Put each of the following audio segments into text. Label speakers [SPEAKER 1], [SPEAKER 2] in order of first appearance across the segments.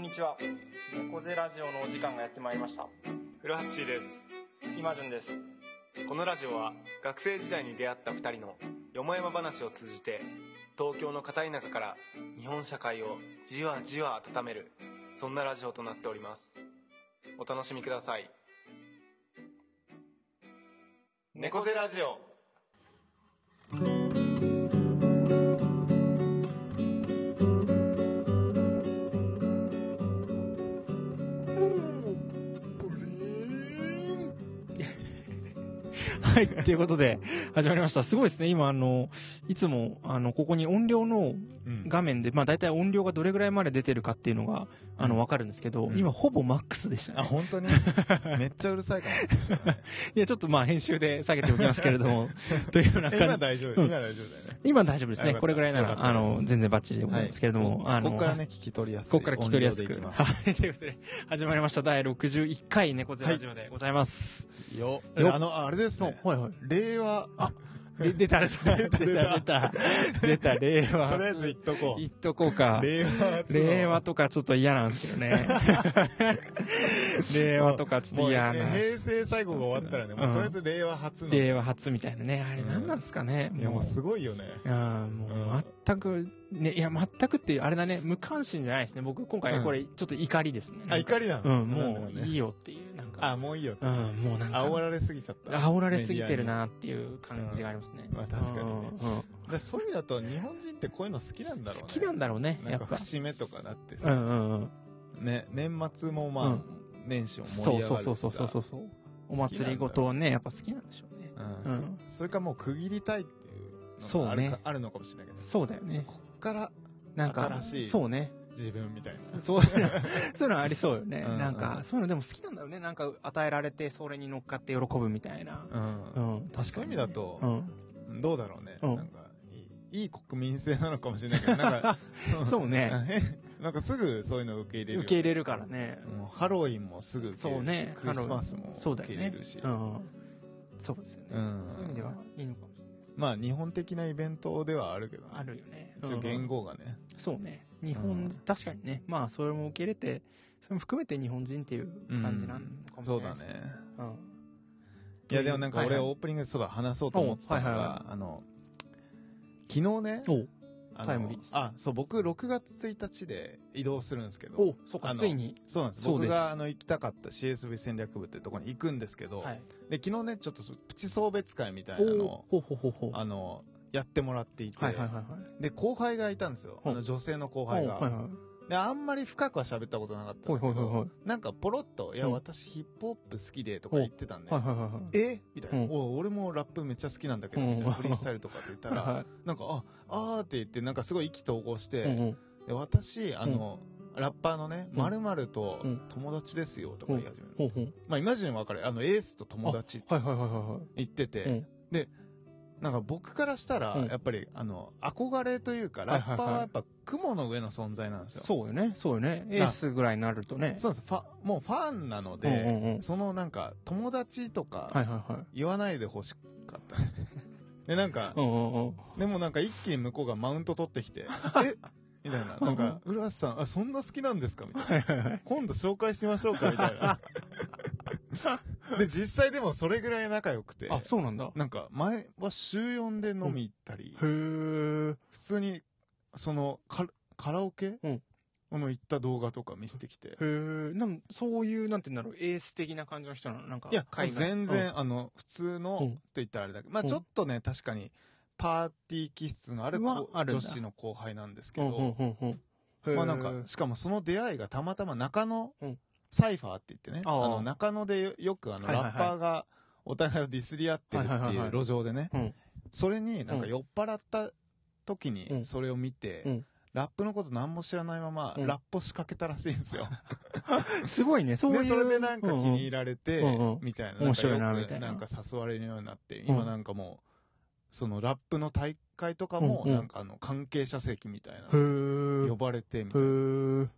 [SPEAKER 1] にちは猫背ラジオのお時間がやってまいりました
[SPEAKER 2] 古橋シーです
[SPEAKER 1] 今順です
[SPEAKER 2] このラジオは学生時代に出会った2人のよもやま話を通じて東京の片田舎から日本社会をじわじわ温めるそんなラジオとなっておりますお楽しみください猫背ラジオ
[SPEAKER 3] はい、ということで、始まりました。すごいですね。今、あの、いつも、あの、ここに音量の画面で、まあ、大体音量がどれぐらいまで出てるかっていうのが、あの、わかるんですけど、
[SPEAKER 4] うん
[SPEAKER 3] 今、ほぼマックスでした
[SPEAKER 4] あ、
[SPEAKER 3] ね。
[SPEAKER 4] 本 当にめっちゃうるさいかもそしたらね。
[SPEAKER 3] いや、ちょっとまあ、編集で下げておきますけれど も、というような
[SPEAKER 4] え今
[SPEAKER 3] 感じ。
[SPEAKER 4] 大丈夫、
[SPEAKER 3] うん
[SPEAKER 4] 今大丈夫だよね。
[SPEAKER 3] 今大丈夫です
[SPEAKER 4] あ
[SPEAKER 3] ね。
[SPEAKER 4] よかった
[SPEAKER 3] これぐらいな
[SPEAKER 4] よ
[SPEAKER 3] ら、
[SPEAKER 4] か
[SPEAKER 3] あ
[SPEAKER 4] ったです
[SPEAKER 3] の、全然バッチリでございますけれども、あの、
[SPEAKER 4] ここからね、聞き取りやす い。
[SPEAKER 3] ここから聞き取りやす
[SPEAKER 4] 音量でい
[SPEAKER 3] く。
[SPEAKER 4] きま
[SPEAKER 3] はい、ということで、始まりました。第61回猫背ラジオでございます。
[SPEAKER 4] すよ。
[SPEAKER 3] よ
[SPEAKER 4] あの、あれですね。
[SPEAKER 3] はい はい。
[SPEAKER 4] 令和、あ、
[SPEAKER 3] で出た、出た、出た、 出た、出た、令和。
[SPEAKER 4] とりあえず言っとこ
[SPEAKER 3] 言
[SPEAKER 4] う。
[SPEAKER 3] っとこうか。
[SPEAKER 4] 令和、
[SPEAKER 3] 令和とかちょっと嫌なんですけどね。 令和とかちょっ
[SPEAKER 4] も
[SPEAKER 3] と
[SPEAKER 4] う、
[SPEAKER 3] 嫌な。
[SPEAKER 4] 平成最後が終わったらね、もうとりあえず令和初の。い
[SPEAKER 3] 令和初みたいなね。あれ
[SPEAKER 4] うん
[SPEAKER 3] 何なんですかね。
[SPEAKER 4] や、も
[SPEAKER 3] も
[SPEAKER 4] う
[SPEAKER 3] う。
[SPEAKER 4] すごいよね。
[SPEAKER 3] ああ、も
[SPEAKER 4] うん
[SPEAKER 3] う全く、ね、いや、全くって、あれだね、無関心じゃないですね。僕、今回
[SPEAKER 4] うん
[SPEAKER 3] これ、ちょっと怒りですね。
[SPEAKER 4] あ、怒りな
[SPEAKER 3] う
[SPEAKER 4] の
[SPEAKER 3] ん、もういい
[SPEAKER 4] い。
[SPEAKER 3] よっていう、なんか。
[SPEAKER 4] あ、もういいよ。
[SPEAKER 3] うん、もうなんか。
[SPEAKER 4] 煽られすぎちゃった。
[SPEAKER 3] 煽られすぎてるなっていう感じがありますね。
[SPEAKER 4] うんまあ確かにね
[SPEAKER 3] うんうんうん
[SPEAKER 4] メディアに。でそういう意味だと、日本人ってこういうの好きなんだろうね。
[SPEAKER 3] 好きなんだろうね、
[SPEAKER 4] な
[SPEAKER 3] や
[SPEAKER 4] んか
[SPEAKER 3] っぱ。
[SPEAKER 4] 節目とかだって
[SPEAKER 3] う
[SPEAKER 4] さ、
[SPEAKER 3] んうんうん。
[SPEAKER 4] ね、年末もまあ、
[SPEAKER 3] う
[SPEAKER 4] 年始も盛り
[SPEAKER 3] そう
[SPEAKER 4] 上がるし
[SPEAKER 3] そ
[SPEAKER 4] さ
[SPEAKER 3] うそうそうそうそうそう。お祭りごとね、やっぱ好きなんでしょうね。
[SPEAKER 4] う
[SPEAKER 3] うんん。
[SPEAKER 4] それかもう区切りたいっていうのがある
[SPEAKER 3] そう
[SPEAKER 4] か
[SPEAKER 3] ね
[SPEAKER 4] あるのかもしれないけど
[SPEAKER 3] そうだよね。
[SPEAKER 4] こっから
[SPEAKER 3] なんか、
[SPEAKER 4] 新しい
[SPEAKER 3] そうね。
[SPEAKER 4] 自分みたいな
[SPEAKER 3] そう、そういうのありそうよね。
[SPEAKER 4] うんうん
[SPEAKER 3] なんか、そういうのでも好きなんだろうね。なんか、与えられて、それに乗っかって喜ぶみたいな。う
[SPEAKER 4] うん
[SPEAKER 3] ん、確かに。
[SPEAKER 4] そういう意味だと
[SPEAKER 3] うん。
[SPEAKER 4] どうだろうね
[SPEAKER 3] うん
[SPEAKER 4] なんかいいいい国民性なのかもしれないけどなんか
[SPEAKER 3] そう ね。
[SPEAKER 4] 変なんかすぐそういうの受け入れるよ
[SPEAKER 3] 受け入れるからね。
[SPEAKER 4] もうハロウィンもすぐ受け入れ
[SPEAKER 3] そう
[SPEAKER 4] るし
[SPEAKER 3] ね
[SPEAKER 4] クリスマスも
[SPEAKER 3] そうだ
[SPEAKER 4] 受
[SPEAKER 3] よ
[SPEAKER 4] け
[SPEAKER 3] ね。
[SPEAKER 4] 入れるし
[SPEAKER 3] うん。そうですよね。
[SPEAKER 4] うん
[SPEAKER 3] そういう意味ではいいのかもしれない。
[SPEAKER 4] まあ日本的なイベントではあるけどね
[SPEAKER 3] あるよね。
[SPEAKER 4] 一応言語がね
[SPEAKER 3] そうね。日本、
[SPEAKER 4] うん
[SPEAKER 3] 確かにね。まあ、それも受け入れて、それも含めて日本人っていう感じなのかもし
[SPEAKER 4] そ
[SPEAKER 3] れ
[SPEAKER 4] う
[SPEAKER 3] な
[SPEAKER 4] だ
[SPEAKER 3] いです。
[SPEAKER 4] ね
[SPEAKER 3] うん。
[SPEAKER 4] いやでもなんか
[SPEAKER 3] はいは
[SPEAKER 4] 俺
[SPEAKER 3] い
[SPEAKER 4] オープニングでそうだ話そうと思ってたの
[SPEAKER 3] おはいはいは
[SPEAKER 4] があの昨日ね
[SPEAKER 3] お
[SPEAKER 4] あの
[SPEAKER 3] タイムリーです
[SPEAKER 4] あ、そう、僕、6月1日で移動するんですけど。
[SPEAKER 3] お、そっか、
[SPEAKER 4] あの
[SPEAKER 3] ついに。
[SPEAKER 4] そうなんです。
[SPEAKER 3] そうで
[SPEAKER 4] 僕
[SPEAKER 3] す
[SPEAKER 4] が、あの、行きたかった CSV 戦略部っていうところに行くんですけど、
[SPEAKER 3] はい。
[SPEAKER 4] で、昨日ね、ちょっとそ、プチ送別会みたいなの
[SPEAKER 3] お
[SPEAKER 4] を、
[SPEAKER 3] ほうほうほうほう。
[SPEAKER 4] あの、やってもらっていて、
[SPEAKER 3] はいはいはいはい。
[SPEAKER 4] で、後輩がいたんですよ。
[SPEAKER 3] ほ
[SPEAKER 4] あ
[SPEAKER 3] う
[SPEAKER 4] の、女性の後
[SPEAKER 3] は
[SPEAKER 4] 輩
[SPEAKER 3] い
[SPEAKER 4] が。
[SPEAKER 3] はいはい。
[SPEAKER 4] で、あんまり深くは喋ったことなかった
[SPEAKER 3] ほ
[SPEAKER 4] ん
[SPEAKER 3] いほ
[SPEAKER 4] だけど、
[SPEAKER 3] いほいほい。
[SPEAKER 4] なんか、ポロッと、いや、
[SPEAKER 3] うん
[SPEAKER 4] 私、ヒップホップ好きで、とか言ってたんで、
[SPEAKER 3] はいはいはいはい。
[SPEAKER 4] えみたいな、
[SPEAKER 3] うん
[SPEAKER 4] お俺もラップめっちゃ好きなんだけど、
[SPEAKER 3] うん
[SPEAKER 4] みたいなフリースタイルとかって言ったら、
[SPEAKER 3] はいはい
[SPEAKER 4] なんか、あ、あーって言って、なんかすごい意気投合して、
[SPEAKER 3] うんうん
[SPEAKER 4] で私あの、ラッパーのね「
[SPEAKER 3] うん
[SPEAKER 4] まるまると
[SPEAKER 3] うん
[SPEAKER 4] 友達ですよ」とか言い始める、
[SPEAKER 3] ほうほう。
[SPEAKER 4] まあイマジンわかるあのエースと友達って
[SPEAKER 3] はいはいはいはいはい。
[SPEAKER 4] 言ってて、
[SPEAKER 3] うん
[SPEAKER 4] でなんか僕からしたら、
[SPEAKER 3] うん
[SPEAKER 4] やっぱりあの憧れというか
[SPEAKER 3] はいはい
[SPEAKER 4] ラ
[SPEAKER 3] は
[SPEAKER 4] ッ
[SPEAKER 3] い
[SPEAKER 4] パーはやっぱ雲の上の存在なんですよ、
[SPEAKER 3] そうよね、そうよね。エースぐらいになるとね。
[SPEAKER 4] そうなんですファもうファンなので、
[SPEAKER 3] うんうんうん
[SPEAKER 4] そのなんか友達と
[SPEAKER 3] はい
[SPEAKER 4] か
[SPEAKER 3] はいはい。
[SPEAKER 4] 言わないでほしかったんですね、でなんか、
[SPEAKER 3] うんうんうん。
[SPEAKER 4] でもなんか一気に向こうがマウント取っ てきて、えみたいな。なんか、浦橋さん、あ、そんな好きなんですかみたいな。今度紹介しましょうかみたいな。で、実際でもそれぐらい仲良くて。
[SPEAKER 3] あ、そうなんだ。へ
[SPEAKER 4] なんか、前は週4で飲み行ったり、
[SPEAKER 3] ー。
[SPEAKER 4] 普通に、その、カラカラオケ
[SPEAKER 3] うん
[SPEAKER 4] の行った動画とか見せてきて。
[SPEAKER 3] へー。なんそういう、なんて言うんだろう、エース的な感じの人なのなんか、
[SPEAKER 4] いや、
[SPEAKER 3] 海外
[SPEAKER 4] 全。然、あの、普通の、
[SPEAKER 3] う
[SPEAKER 4] と
[SPEAKER 3] ん
[SPEAKER 4] 言ったらあれだけど、まあ
[SPEAKER 3] うん
[SPEAKER 4] ちょっとね、確かに、パーティー気質のある子
[SPEAKER 3] はあるん
[SPEAKER 4] 女
[SPEAKER 3] だ
[SPEAKER 4] 子の後輩なんですけ
[SPEAKER 3] うん
[SPEAKER 4] ど、
[SPEAKER 3] うんうんうんうん。
[SPEAKER 4] まあなんか
[SPEAKER 3] へー、
[SPEAKER 4] しかもその出会いがたまたま中野
[SPEAKER 3] うん
[SPEAKER 4] サイファーって言ってね、
[SPEAKER 3] ああ
[SPEAKER 4] あの中野でよよくあの
[SPEAKER 3] はいはいは
[SPEAKER 4] ラ
[SPEAKER 3] い
[SPEAKER 4] ッパーがお互いをディスり合ってるって
[SPEAKER 3] はいはいはい
[SPEAKER 4] い
[SPEAKER 3] は
[SPEAKER 4] う
[SPEAKER 3] い
[SPEAKER 4] 路上でね
[SPEAKER 3] うん、
[SPEAKER 4] それになんか
[SPEAKER 3] うん
[SPEAKER 4] 酔っ払った時
[SPEAKER 3] う
[SPEAKER 4] に
[SPEAKER 3] ん
[SPEAKER 4] それを見
[SPEAKER 3] う
[SPEAKER 4] て
[SPEAKER 3] ん、
[SPEAKER 4] ラップのこと何も知らないまま
[SPEAKER 3] うん
[SPEAKER 4] ラップを仕掛けたらしいんですよ。
[SPEAKER 3] すごいね、そういう。
[SPEAKER 4] で、それでなんか気に入られて
[SPEAKER 3] うんうん、
[SPEAKER 4] みたいな、
[SPEAKER 3] 面白いな
[SPEAKER 4] なん
[SPEAKER 3] み
[SPEAKER 4] か
[SPEAKER 3] た
[SPEAKER 4] よ
[SPEAKER 3] い
[SPEAKER 4] く
[SPEAKER 3] な
[SPEAKER 4] なんか誘われるようになって、
[SPEAKER 3] ん
[SPEAKER 4] 今なんかもう、そのラップの大会とかも
[SPEAKER 3] うんうん
[SPEAKER 4] なんかあの関係者席みたいな、
[SPEAKER 3] うんうんへ
[SPEAKER 4] 呼
[SPEAKER 3] ー。
[SPEAKER 4] ばれてみたいな。
[SPEAKER 3] へー。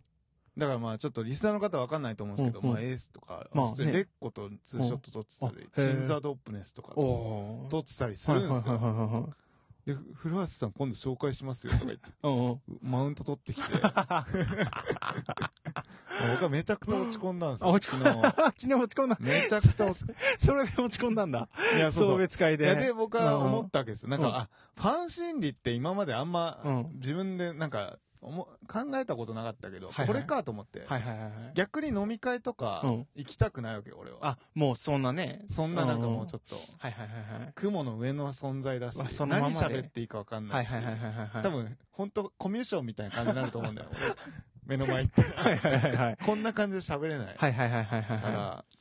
[SPEAKER 4] だからまあちょっとリスナーの方わかんないと思うんですけど、
[SPEAKER 3] うんうん
[SPEAKER 4] まあエースとか、
[SPEAKER 3] まあ
[SPEAKER 4] 普通にレッコとツーショット撮ってたり、
[SPEAKER 3] うんあへ
[SPEAKER 4] シ
[SPEAKER 3] ー
[SPEAKER 4] ンザードープネスとか
[SPEAKER 3] お
[SPEAKER 4] 撮
[SPEAKER 3] お。
[SPEAKER 4] ってたりするんですよ。
[SPEAKER 3] はいはいはいはいはい。
[SPEAKER 4] で、古橋さん今度 紹介しますよとか言って、
[SPEAKER 3] うんうん。
[SPEAKER 4] マウント取ってきて、僕はめちゃくちゃ落ち込んだんです
[SPEAKER 3] あ、
[SPEAKER 4] よ。
[SPEAKER 3] 落ち込んだ。 昨日落ち込んだ。
[SPEAKER 4] めちゃくちゃ落ち込ん
[SPEAKER 3] それで落ち込んだんだ。
[SPEAKER 4] だ。いや、そう
[SPEAKER 3] 送
[SPEAKER 4] そう。
[SPEAKER 3] 別会
[SPEAKER 4] いや、で、
[SPEAKER 3] で。
[SPEAKER 4] 僕は思ったわけです。なんか、
[SPEAKER 3] うん
[SPEAKER 4] あ、ファン心理って今まであんま、
[SPEAKER 3] うん
[SPEAKER 4] 自分でなんか、おも考えたことなかったけど、
[SPEAKER 3] いはい
[SPEAKER 4] これかと思って、
[SPEAKER 3] はいはいはいはい。
[SPEAKER 4] 逆に飲み会とか、
[SPEAKER 3] うん
[SPEAKER 4] 行きたくないわけよ、俺は。
[SPEAKER 3] あ、もうそんなね。
[SPEAKER 4] そんななんかもうちょ
[SPEAKER 3] っ
[SPEAKER 4] っと、
[SPEAKER 3] と。はいはいはいはい。
[SPEAKER 4] 雲の上の存在だし、
[SPEAKER 3] わそのまま
[SPEAKER 4] 何
[SPEAKER 3] で
[SPEAKER 4] 喋っていいかわかん
[SPEAKER 3] は
[SPEAKER 4] ないいし、
[SPEAKER 3] はいはいはいはい。
[SPEAKER 4] 多分、ほんとコミュ障みたいな感じになると思うんだよ、俺。目 の前行って。
[SPEAKER 3] はいはいはいはい。
[SPEAKER 4] こんな感じで喋れない。
[SPEAKER 3] はいはいはいはいはい
[SPEAKER 4] か
[SPEAKER 3] は
[SPEAKER 4] ら、
[SPEAKER 3] い。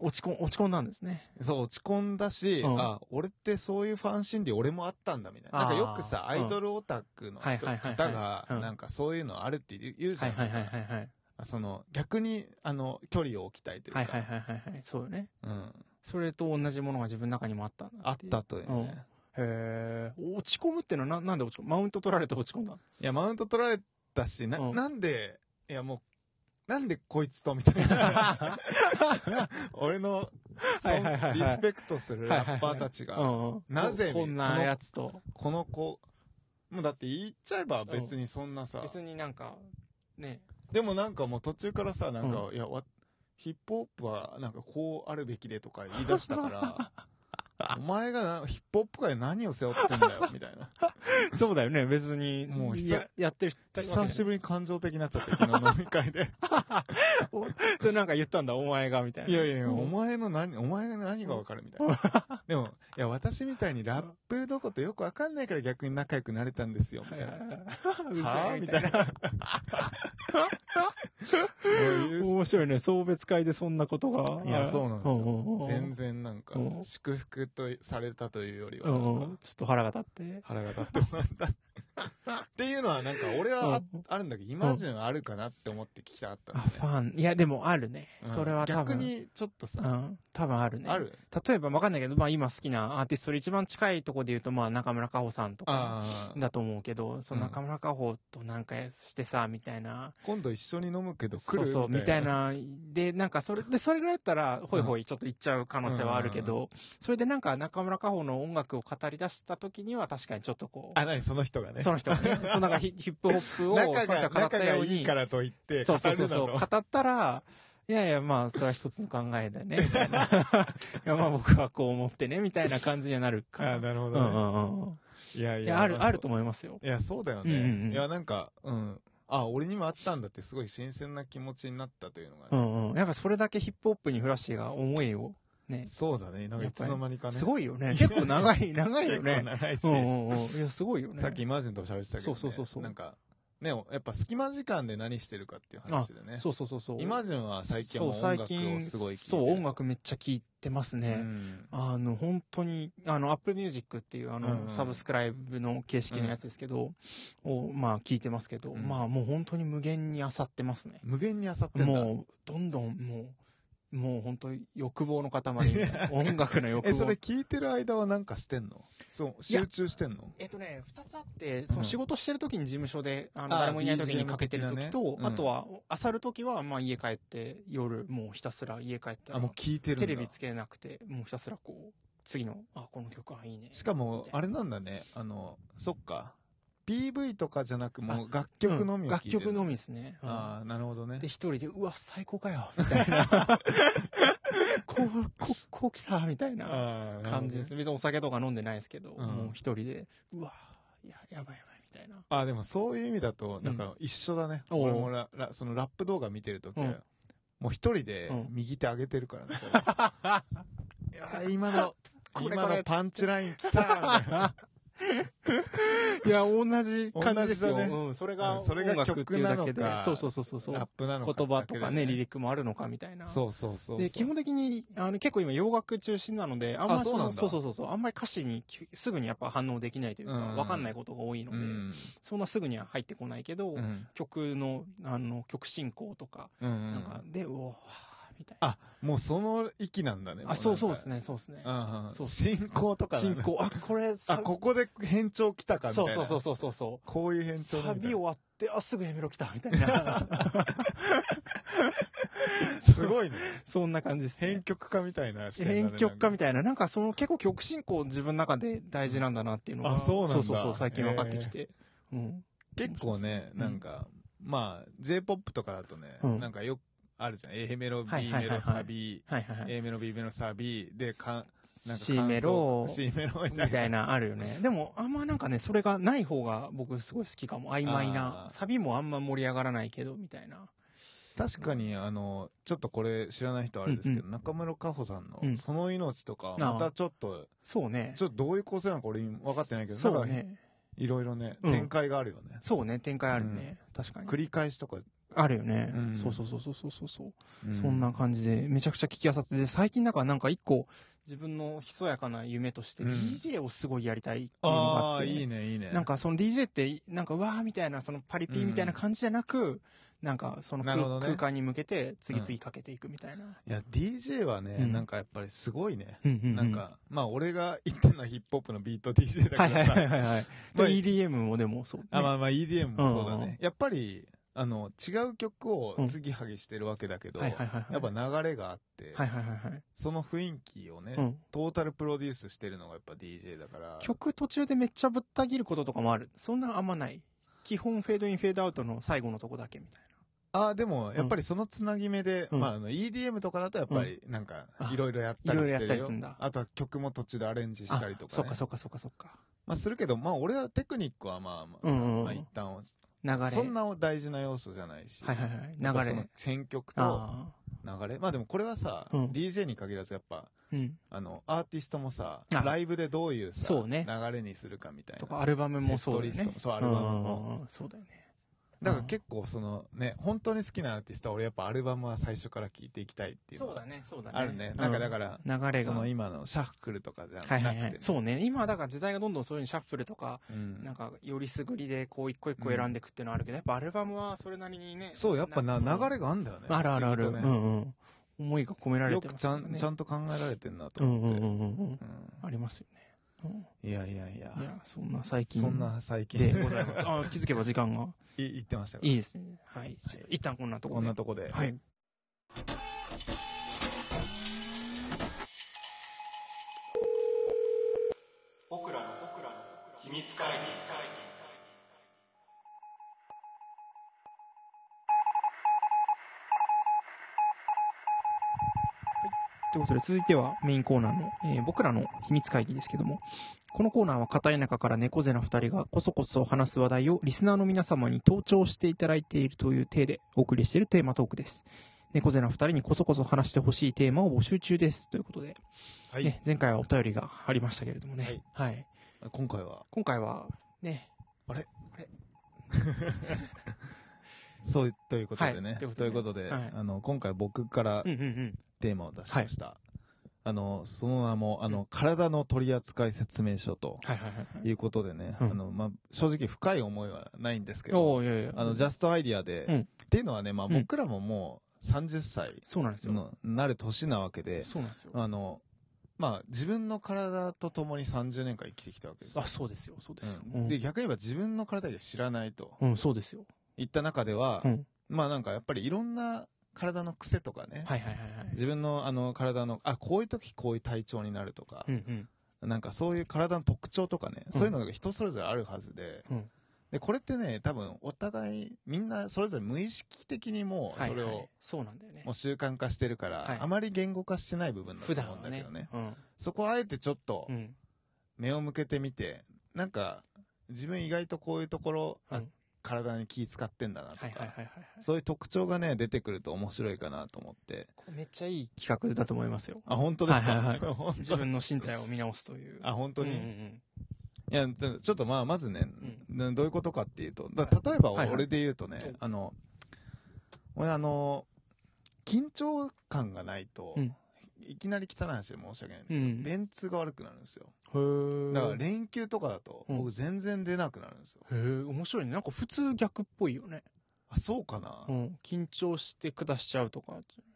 [SPEAKER 3] 落ち込ん、落ち込んだんですね。
[SPEAKER 4] そう、落ち込んだし、
[SPEAKER 3] うん
[SPEAKER 4] あ、俺ってそういうファン心理俺もあったんだみたいな。
[SPEAKER 3] あ
[SPEAKER 4] な
[SPEAKER 3] ー
[SPEAKER 4] んかよくさ、
[SPEAKER 3] うん
[SPEAKER 4] アイドルオタクの人
[SPEAKER 3] はいはいはいはい
[SPEAKER 4] 方が、
[SPEAKER 3] うん
[SPEAKER 4] なんかそういうのあるって言う言うじ
[SPEAKER 3] は
[SPEAKER 4] ゃ
[SPEAKER 3] い
[SPEAKER 4] ん。
[SPEAKER 3] はいはいはいはい。
[SPEAKER 4] その、逆に、あの、距離を置きたいというか、
[SPEAKER 3] はいはいはいはいはい。そうよね。
[SPEAKER 4] うん。
[SPEAKER 3] それと同じものが自分の中にもあったんだ
[SPEAKER 4] あって
[SPEAKER 3] いう
[SPEAKER 4] たというね。
[SPEAKER 3] へえ。落ち込むってのはな、なんで落ち込むマウント取られて落ち込んだの
[SPEAKER 4] いや、マウント取られたし、な、
[SPEAKER 3] うん
[SPEAKER 4] なんで、いやもう、なんでこいつとみたいな。 俺の、そ
[SPEAKER 3] はいはいはいは
[SPEAKER 4] う
[SPEAKER 3] い
[SPEAKER 4] リスペクトするラッパーたちが、
[SPEAKER 3] うんうん。
[SPEAKER 4] なぜ
[SPEAKER 3] ここんなやつと。
[SPEAKER 4] この子、もうだって言っちゃえば別にそんなさ、
[SPEAKER 3] 別になんか、ね。
[SPEAKER 4] でもなんかもう途中からさ、なんか、いや、わヒップホップはなんかこうあるべきでとか言い出し たから、お前がなヒップホップ界で何を背負ってんだよ、みた いな。
[SPEAKER 3] そうだよね、別に。
[SPEAKER 4] もう久
[SPEAKER 3] ややってる人
[SPEAKER 4] 久し
[SPEAKER 3] ぶ
[SPEAKER 4] ぶりに感情的になっちゃって、昨日飲み会で。
[SPEAKER 3] り。それなんか言ったんだ、お前が、みたいな。
[SPEAKER 4] いやいやいや、
[SPEAKER 3] うん
[SPEAKER 4] お前の何、お前が何がわかるみた いな。でも、いや、私みたいにラップのことよくわかんないから逆に仲良くなれたんですよ、みたい な。
[SPEAKER 3] うる
[SPEAKER 4] は
[SPEAKER 3] さ
[SPEAKER 4] ぁ
[SPEAKER 3] い
[SPEAKER 4] み
[SPEAKER 3] み
[SPEAKER 4] た
[SPEAKER 3] た
[SPEAKER 4] い
[SPEAKER 3] い
[SPEAKER 4] な。
[SPEAKER 3] な。
[SPEAKER 4] もう言う
[SPEAKER 3] 面白いね、送別会でそんなことが。
[SPEAKER 4] いや、そうなんです
[SPEAKER 3] ううんう
[SPEAKER 4] よ。
[SPEAKER 3] ん
[SPEAKER 4] 全然なんか
[SPEAKER 3] う、ん
[SPEAKER 4] 祝福とされたというよりは
[SPEAKER 3] う
[SPEAKER 4] なんん
[SPEAKER 3] う
[SPEAKER 4] か、
[SPEAKER 3] ん。ちょっと腹が立って。
[SPEAKER 4] 腹が立ってもらった。っていうのはなんか、俺はあ
[SPEAKER 3] うん
[SPEAKER 4] あるんだけど、イマジュンあるかなって思って聞きたかった
[SPEAKER 3] あ、
[SPEAKER 4] んで
[SPEAKER 3] フ。ァン。いや、でもあるね。
[SPEAKER 4] うん
[SPEAKER 3] それは多分。
[SPEAKER 4] 逆に、ちょっと
[SPEAKER 3] う
[SPEAKER 4] さ、
[SPEAKER 3] ん。多分あるね。
[SPEAKER 4] ある
[SPEAKER 3] 例えばわかんないけど、まあ今好きなアーティストで一番近いとこで言うと、まあ中村佳穂さんとか
[SPEAKER 4] ああ、
[SPEAKER 3] だと思うけど、その中村佳穂となんかしてさ、みたいな。
[SPEAKER 4] 今度一緒に飲むけど来
[SPEAKER 3] そう
[SPEAKER 4] る
[SPEAKER 3] そう、みたい。な。で、なんかそれ、で、それぐらいだったら、ほいほいちょっと行っちゃう可能性はあるけど、それでなんか中村佳穂の音楽を語り出した時には確かにちょっとこう、
[SPEAKER 4] あ、なにその人がね。
[SPEAKER 3] その人がね、そのなんかヒヒップホップを、
[SPEAKER 4] 仲
[SPEAKER 3] その
[SPEAKER 4] が、
[SPEAKER 3] 人語っ
[SPEAKER 4] 仲
[SPEAKER 3] た
[SPEAKER 4] が
[SPEAKER 3] よう
[SPEAKER 4] いい
[SPEAKER 3] に
[SPEAKER 4] か、らといって、
[SPEAKER 3] そうそうそうそ
[SPEAKER 4] 語るな
[SPEAKER 3] う、
[SPEAKER 4] と
[SPEAKER 3] 語ったら、いやいや、まあ、それは一つの考えだよね、みたいな。い や、まあ僕はこう思ってね、みたいな感じにはなるか
[SPEAKER 4] あ
[SPEAKER 3] ら
[SPEAKER 4] あ、。なるほ
[SPEAKER 3] うん
[SPEAKER 4] ど
[SPEAKER 3] う
[SPEAKER 4] ね。
[SPEAKER 3] んうんうん。
[SPEAKER 4] いやい
[SPEAKER 3] い
[SPEAKER 4] や、
[SPEAKER 3] や、ある、あると
[SPEAKER 4] 思
[SPEAKER 3] 思いますよ。
[SPEAKER 4] う。いや、そうだよ
[SPEAKER 3] う
[SPEAKER 4] ね。
[SPEAKER 3] んうんうん
[SPEAKER 4] いや、なんか、うん。あ、俺にもあったんだって、すごい新鮮な気持ちになったというのが、
[SPEAKER 3] う
[SPEAKER 4] ね
[SPEAKER 3] んうん。やっぱそれだけヒップホップにフラッシーが思いを、ね。
[SPEAKER 4] そうだね。なんかいつの間にかね。
[SPEAKER 3] すごいよね。結構長い、長いよ
[SPEAKER 4] 結構
[SPEAKER 3] ね。
[SPEAKER 4] 長いし、
[SPEAKER 3] うんうんうん。いや、すごいよね。
[SPEAKER 4] さっきイマジンとも喋ってたけど、ね、
[SPEAKER 3] そうそうそうそう
[SPEAKER 4] なんか、ね、やっぱ隙間時間で何してるかっていう話でね。
[SPEAKER 3] そうそうそうそう。
[SPEAKER 4] イマジンは最近はもう
[SPEAKER 3] そう
[SPEAKER 4] 音
[SPEAKER 3] 最
[SPEAKER 4] 楽を
[SPEAKER 3] 近
[SPEAKER 4] すごい聴いてる。
[SPEAKER 3] そう、音楽めっちゃ聴いてますね。
[SPEAKER 4] うん
[SPEAKER 3] あの、本当に、あの、Apple Music っていう、あ
[SPEAKER 4] うん
[SPEAKER 3] の、
[SPEAKER 4] うん
[SPEAKER 3] サブスクライブの形式のやつですけど、を、まあ、聞いてますけど、
[SPEAKER 4] うん
[SPEAKER 3] まあ、もう本当に無限に漁ってますね。
[SPEAKER 4] 無限に漁ってんだ。
[SPEAKER 3] もう、どんどん、もう、もう本当に欲望の塊みたいな、音楽の欲望。
[SPEAKER 4] え、それ聞いてる間はなんかしてんのそう、集中してんの
[SPEAKER 3] えっとね、二つあって、そ
[SPEAKER 4] うん
[SPEAKER 3] の仕事してる時に事務所で、あの、
[SPEAKER 4] あ
[SPEAKER 3] 誰もいない時
[SPEAKER 4] BGM
[SPEAKER 3] にかけてる時と、
[SPEAKER 4] 的なねうん
[SPEAKER 3] あとは、漁る時は、まあ家帰って、夜、もうひたすら家帰った
[SPEAKER 4] あ、
[SPEAKER 3] ら
[SPEAKER 4] もう、聞いてるんだ。
[SPEAKER 3] テレビつけなくて、もうひたすらこう、次の、あ、この曲はいいね。
[SPEAKER 4] しかも、あれなんだね。あの、そっか。PV とかじゃなく、もう楽曲のみ
[SPEAKER 3] うん
[SPEAKER 4] を聴
[SPEAKER 3] 楽
[SPEAKER 4] いてる、
[SPEAKER 3] 曲の
[SPEAKER 4] み。
[SPEAKER 3] みですね。うん
[SPEAKER 4] ああ、なるほどね
[SPEAKER 3] で、。一人で、うわ、最高かよ、みたいな。 こう、こ、こう来た、みたいな
[SPEAKER 4] ああ、なるほどね
[SPEAKER 3] 感じです。。別にお酒とか飲んでないですけど、
[SPEAKER 4] うん
[SPEAKER 3] もう一人で、うわ、や、やばいやばい、みたいな。
[SPEAKER 4] あ、でもそういう意味だと、だから一緒だね。
[SPEAKER 3] おう
[SPEAKER 4] 俺もララそのラップ動画見てるとき、
[SPEAKER 3] うん
[SPEAKER 4] もう一人で
[SPEAKER 3] うん
[SPEAKER 4] 右手上げてるからね。こう いやー今 の、
[SPEAKER 3] これ
[SPEAKER 4] 今
[SPEAKER 3] こ
[SPEAKER 4] の
[SPEAKER 3] れ
[SPEAKER 4] パンチライン来たみ たいない
[SPEAKER 3] や、同じ感
[SPEAKER 4] 同
[SPEAKER 3] じで
[SPEAKER 4] じ
[SPEAKER 3] す
[SPEAKER 4] だ
[SPEAKER 3] よ。
[SPEAKER 4] ね
[SPEAKER 3] うん、それ
[SPEAKER 4] う
[SPEAKER 3] が、
[SPEAKER 4] んそれが
[SPEAKER 3] 音楽っていうだけ
[SPEAKER 4] 曲
[SPEAKER 3] で
[SPEAKER 4] なのか。
[SPEAKER 3] そうそうそうそうそう。
[SPEAKER 4] ラップなのか
[SPEAKER 3] 言葉とかね、
[SPEAKER 4] リ
[SPEAKER 3] リリックもあるのかみたいな。
[SPEAKER 4] そうそうそうそう。
[SPEAKER 3] で、基本的に、あの、結構今洋楽中心なので、あんま
[SPEAKER 4] あ
[SPEAKER 3] り
[SPEAKER 4] そうなんだ
[SPEAKER 3] そうそうそうそう、あんまり歌詞にきすぐにやっぱ反応できないというか、
[SPEAKER 4] うん
[SPEAKER 3] わかんないことが多いの
[SPEAKER 4] う
[SPEAKER 3] で、
[SPEAKER 4] ん。
[SPEAKER 3] そんなすぐには入ってこないけど、
[SPEAKER 4] うん。
[SPEAKER 3] 曲の、あの、曲進行とか、
[SPEAKER 4] うん
[SPEAKER 3] なんか、で、うおー、みたいな。
[SPEAKER 4] あ、もうその域なんだね。
[SPEAKER 3] あ、そうそうです
[SPEAKER 4] ね。
[SPEAKER 3] ね、そうですね。
[SPEAKER 4] うんうん。
[SPEAKER 3] そう
[SPEAKER 4] 進行とかだね
[SPEAKER 3] 進。行、あ、これ、サ
[SPEAKER 4] あ、
[SPEAKER 3] ビ
[SPEAKER 4] ここで変調来たかみたい
[SPEAKER 3] そう
[SPEAKER 4] な。
[SPEAKER 3] そうそうそうそうそう。
[SPEAKER 4] こういう変調
[SPEAKER 3] サ
[SPEAKER 4] みたい
[SPEAKER 3] ビ
[SPEAKER 4] な
[SPEAKER 3] 終わって、あ、すぐやめろ来た、みたいな。
[SPEAKER 4] す ごいね。
[SPEAKER 3] そんな感じです、ね
[SPEAKER 4] 編。曲家みたいな視点だね。
[SPEAKER 3] 編曲家み
[SPEAKER 4] たい
[SPEAKER 3] たいな、なんかその結構曲進行自分の中で大事なんだなっていうのが、
[SPEAKER 4] あそうなんだ
[SPEAKER 3] そうそうそう最近分かってきて。うん。
[SPEAKER 4] 結構ね、
[SPEAKER 3] うん
[SPEAKER 4] なんか、まあ、J-POP とかだとね、
[SPEAKER 3] うん
[SPEAKER 4] なんかよくあるじゃん。A メロ、B
[SPEAKER 3] はいはいはい
[SPEAKER 4] メ
[SPEAKER 3] はい
[SPEAKER 4] ロ、サビ、
[SPEAKER 3] はいはいはい。
[SPEAKER 4] A メロ、B メロ、サビ、で、か、なんか感想
[SPEAKER 3] C メロ
[SPEAKER 4] C メロみた
[SPEAKER 3] み
[SPEAKER 4] いな。
[SPEAKER 3] たいな、あるよ ね。でも、あんまなんかね、それがない方が僕すごい好きかも。曖昧な。
[SPEAKER 4] あー
[SPEAKER 3] サビもあんま盛り上がらないけど、みたいな。
[SPEAKER 4] 確かに、あの、ちょっとこれ知らない人はあれですけど、
[SPEAKER 3] う
[SPEAKER 4] 中村佳穂さんの
[SPEAKER 3] うん、
[SPEAKER 4] その命とか、
[SPEAKER 3] あー
[SPEAKER 4] またちょっと、
[SPEAKER 3] そうね。
[SPEAKER 4] ちょっとどういう構成なのか俺分かってないけど、
[SPEAKER 3] そ
[SPEAKER 4] な
[SPEAKER 3] うん
[SPEAKER 4] か、
[SPEAKER 3] ね。
[SPEAKER 4] いろいろね、
[SPEAKER 3] うん
[SPEAKER 4] 展開があるよね。
[SPEAKER 3] そうね、展開あるね。確かに。
[SPEAKER 4] 繰り返しとか、
[SPEAKER 3] あるよね
[SPEAKER 4] う。ん
[SPEAKER 3] そうそうそうそうそうそうそう。
[SPEAKER 4] う
[SPEAKER 3] そんな感じで、めちゃくちゃ聞きあさってで、最近なんかなんか一個、自分のひそやかな夢として、
[SPEAKER 4] うん
[SPEAKER 3] DJ をすごいやりたいっていうのが
[SPEAKER 4] あ
[SPEAKER 3] あっ
[SPEAKER 4] あ、
[SPEAKER 3] て。
[SPEAKER 4] いいね、いいね。
[SPEAKER 3] なんかその DJ って、なんかうわーみたいな、そのパリピーみたいな感じじゃなく、なんかその
[SPEAKER 4] なるほど
[SPEAKER 3] 空,、
[SPEAKER 4] ね
[SPEAKER 3] 間に向けて次々かけていくみたいな。
[SPEAKER 4] いや、DJ はね、
[SPEAKER 3] うん
[SPEAKER 4] なんかやっぱりすごいね。
[SPEAKER 3] うんうんう
[SPEAKER 4] なん、か、まあ俺が言ったのはヒップホップのビート DJ だ
[SPEAKER 3] は
[SPEAKER 4] か
[SPEAKER 3] いは
[SPEAKER 4] ら
[SPEAKER 3] い
[SPEAKER 4] さ、
[SPEAKER 3] はいはいはい。
[SPEAKER 4] まあ
[SPEAKER 3] で EDM もでもそう、ね。
[SPEAKER 4] あまあまあ EDM もそうだ
[SPEAKER 3] うんうんう
[SPEAKER 4] ね
[SPEAKER 3] ん。
[SPEAKER 4] やっぱり、あの、違う曲を継ぎはぎしてるわけだけど、
[SPEAKER 3] はいはいはいはい。
[SPEAKER 4] やっぱ流れがあって、
[SPEAKER 3] はいはいはいはい。
[SPEAKER 4] その雰囲気をね、
[SPEAKER 3] うん。
[SPEAKER 4] トータルプロデュースしてるのがやっぱ DJ だから、
[SPEAKER 3] 曲途中でめっちゃぶった切ることとかもある。そんなあんまない。基本フェードインフェードアウトの最後のとこだけみたい
[SPEAKER 4] ああ、でもやっぱりそのつなぎ目で、
[SPEAKER 3] うん
[SPEAKER 4] まああの EDM とかだとやっぱりなんか
[SPEAKER 3] うん
[SPEAKER 4] いろいろやったりして
[SPEAKER 3] あいろいろやった
[SPEAKER 4] る
[SPEAKER 3] り
[SPEAKER 4] よ
[SPEAKER 3] すんだ。
[SPEAKER 4] あとは曲も途中でアレンジ
[SPEAKER 3] な。
[SPEAKER 4] したりと
[SPEAKER 3] あそ
[SPEAKER 4] か
[SPEAKER 3] っ
[SPEAKER 4] ね
[SPEAKER 3] か。そっかそっかそっか。
[SPEAKER 4] まあするけど、まあ俺はテクニックはまあまあ、
[SPEAKER 3] うんうんうん
[SPEAKER 4] まあ一旦は
[SPEAKER 3] 流れ。
[SPEAKER 4] そんな大事な要素じゃないし。
[SPEAKER 3] はいはい
[SPEAKER 4] やっ
[SPEAKER 3] は
[SPEAKER 4] ぱ
[SPEAKER 3] い。流
[SPEAKER 4] その
[SPEAKER 3] れ。
[SPEAKER 4] 選曲と
[SPEAKER 3] あ
[SPEAKER 4] 流れ。まあでもこれはさ、
[SPEAKER 3] うん
[SPEAKER 4] DJ に限らずやっぱ、
[SPEAKER 3] あ。うん。
[SPEAKER 4] あの、アーティストもさ、
[SPEAKER 3] あ
[SPEAKER 4] ライブでどういうさ、
[SPEAKER 3] そうね
[SPEAKER 4] 流れにするかみたい
[SPEAKER 3] とか
[SPEAKER 4] な。
[SPEAKER 3] アルバムもそうだよ
[SPEAKER 4] セット
[SPEAKER 3] ね
[SPEAKER 4] リストも。そうアルバムも
[SPEAKER 3] うんうんうん。そうだよね。
[SPEAKER 4] だから結構そのね、本当に好きなアーティストは俺やっぱアルバムは最初から聴いていきたいっていうの
[SPEAKER 3] そう
[SPEAKER 4] は
[SPEAKER 3] だね、そうだね。
[SPEAKER 4] あるね。なんかだから、
[SPEAKER 3] ら、流れが。
[SPEAKER 4] そ
[SPEAKER 3] は
[SPEAKER 4] の
[SPEAKER 3] い
[SPEAKER 4] 今のシャッフルとかじゃなくて
[SPEAKER 3] はい
[SPEAKER 4] ね、
[SPEAKER 3] はい。そうね。今はだから時代がどんどんそういうシャッフルとか、
[SPEAKER 4] うん
[SPEAKER 3] なんかよりすぐりでこう一個一個選んでいくっていうのはあるけど、やっぱアルバムはそれなりにね。
[SPEAKER 4] そう、やっぱな、
[SPEAKER 3] なんか
[SPEAKER 4] 流れがあんだよね。
[SPEAKER 3] あるあるある。
[SPEAKER 4] 不
[SPEAKER 3] う
[SPEAKER 4] 思議とね
[SPEAKER 3] んうん。思いが込められ
[SPEAKER 4] よ
[SPEAKER 3] て
[SPEAKER 4] く
[SPEAKER 3] ま
[SPEAKER 4] ち
[SPEAKER 3] すか
[SPEAKER 4] ゃ
[SPEAKER 3] ら
[SPEAKER 4] ん、
[SPEAKER 3] ね
[SPEAKER 4] ちゃんと考えられてんなと
[SPEAKER 3] う
[SPEAKER 4] 思
[SPEAKER 3] ん
[SPEAKER 4] っ
[SPEAKER 3] う
[SPEAKER 4] て。
[SPEAKER 3] んうんうんうん。
[SPEAKER 4] うん
[SPEAKER 3] ありますよね。
[SPEAKER 4] いやいやいや
[SPEAKER 3] うん、いや、そんな最近。
[SPEAKER 4] そんな最近
[SPEAKER 3] で
[SPEAKER 4] でございます。
[SPEAKER 3] あ、気づけば時間が。
[SPEAKER 4] い言ってましたか
[SPEAKER 3] いいですね。はい。一旦こんなところ
[SPEAKER 4] こん
[SPEAKER 3] で
[SPEAKER 4] な。とこで。
[SPEAKER 3] はい。
[SPEAKER 2] 僕らの僕らの秘密会議
[SPEAKER 3] ということで、続いてはメインコーナーの、えー僕らの秘密会議ですけども、このコーナーは片田舎から猫背な二人がこそこそ話す話題をリスナーの皆様に登聴していただいているという体でお送りしているテーマトークです。猫背な二人にこそこそ話してほしいテーマを募集中です。ということで、
[SPEAKER 4] はい
[SPEAKER 3] ね、前回はお便りがありましたけれどもね、はい。
[SPEAKER 4] 今回は、
[SPEAKER 3] 今回は、ね、
[SPEAKER 4] そう、ということで
[SPEAKER 3] はい
[SPEAKER 4] ね。
[SPEAKER 3] ということでね
[SPEAKER 4] ということで、
[SPEAKER 3] はい
[SPEAKER 4] あの、今回僕から
[SPEAKER 3] うんうんうん。
[SPEAKER 4] テーマを出しました。あの、その名も、あの、体の取扱説明書と
[SPEAKER 3] はいはいはい。
[SPEAKER 4] いうことでね、
[SPEAKER 3] うん
[SPEAKER 4] あの、まあ、正直深い思いはないんですけど、
[SPEAKER 3] おーいやいや。
[SPEAKER 4] あの、ジャストアイディアで、
[SPEAKER 3] うん
[SPEAKER 4] っていうのはね、まあ、
[SPEAKER 3] うん
[SPEAKER 4] 僕らももう30歳
[SPEAKER 3] そうなんですよ。
[SPEAKER 4] の、なる年なわけで、
[SPEAKER 3] そうなんですよ。
[SPEAKER 4] あの、まあ、自分の体と共に30年間生きてきたわけですよ
[SPEAKER 3] あ、そうですよ、そうですよ。
[SPEAKER 4] うんで、逆に言えば自分の体が知らないと
[SPEAKER 3] うん、うんそうですよ。
[SPEAKER 4] いった中では、
[SPEAKER 3] うん。
[SPEAKER 4] まあなんかやっぱりいろんな体の癖とかね、
[SPEAKER 3] はいはいはいはい。
[SPEAKER 4] 自分のあの体の、あ、こういう時こういう体調になるとか
[SPEAKER 3] う、んうん。
[SPEAKER 4] なんかそういう体の特徴とかね、そういうのが人それぞれあるはずで、
[SPEAKER 3] うん
[SPEAKER 4] で、これってね、多分お互いみんなそれぞれ無意識的にもう
[SPEAKER 3] はい
[SPEAKER 4] それ
[SPEAKER 3] は
[SPEAKER 4] を
[SPEAKER 3] い、そうなんだよね
[SPEAKER 4] もう。習慣化してるから、
[SPEAKER 3] はい
[SPEAKER 4] あまり言語化してない部分だと
[SPEAKER 3] 普
[SPEAKER 4] 思
[SPEAKER 3] 段
[SPEAKER 4] うん
[SPEAKER 3] は
[SPEAKER 4] だけ
[SPEAKER 3] ね
[SPEAKER 4] どね。。
[SPEAKER 3] うん。
[SPEAKER 4] そこをあえてちょっと
[SPEAKER 3] うん。
[SPEAKER 4] 目を向けてみて、なんか自分意外とこういうところ、あ
[SPEAKER 3] うん
[SPEAKER 4] 体に気使ってんだなとか、
[SPEAKER 3] はいはいはいはいはい。
[SPEAKER 4] そういう特徴がね、出てくると面白いかなと思って。
[SPEAKER 3] これめっちゃいい企画だと思いますよ。
[SPEAKER 4] あ、本当ですか、
[SPEAKER 3] はいはい
[SPEAKER 4] 本
[SPEAKER 3] 自
[SPEAKER 4] 当に
[SPEAKER 3] 分の身体を見直すという。
[SPEAKER 4] あ、本当に、
[SPEAKER 3] うんう
[SPEAKER 4] い
[SPEAKER 3] ん
[SPEAKER 4] や、ちょっとまあ、まずね、
[SPEAKER 3] う
[SPEAKER 4] などういうことかっていうと、だ例えば
[SPEAKER 3] はいはい
[SPEAKER 4] 俺で言うとね、
[SPEAKER 3] そう
[SPEAKER 4] あの、俺あの、緊張感がないと、
[SPEAKER 3] うん
[SPEAKER 4] いきなり汚い話で申し訳ない、
[SPEAKER 3] うん。うん。へ
[SPEAKER 4] 便通が悪くなるんですよ。
[SPEAKER 3] ー
[SPEAKER 4] だから連休とかだと、
[SPEAKER 3] うん
[SPEAKER 4] 僕全然出なくなるんですよ。
[SPEAKER 3] へー面白いね。なんか普通逆っぽいよね。
[SPEAKER 4] あ、そうかな、
[SPEAKER 3] うん。緊張して下しちゃうとか。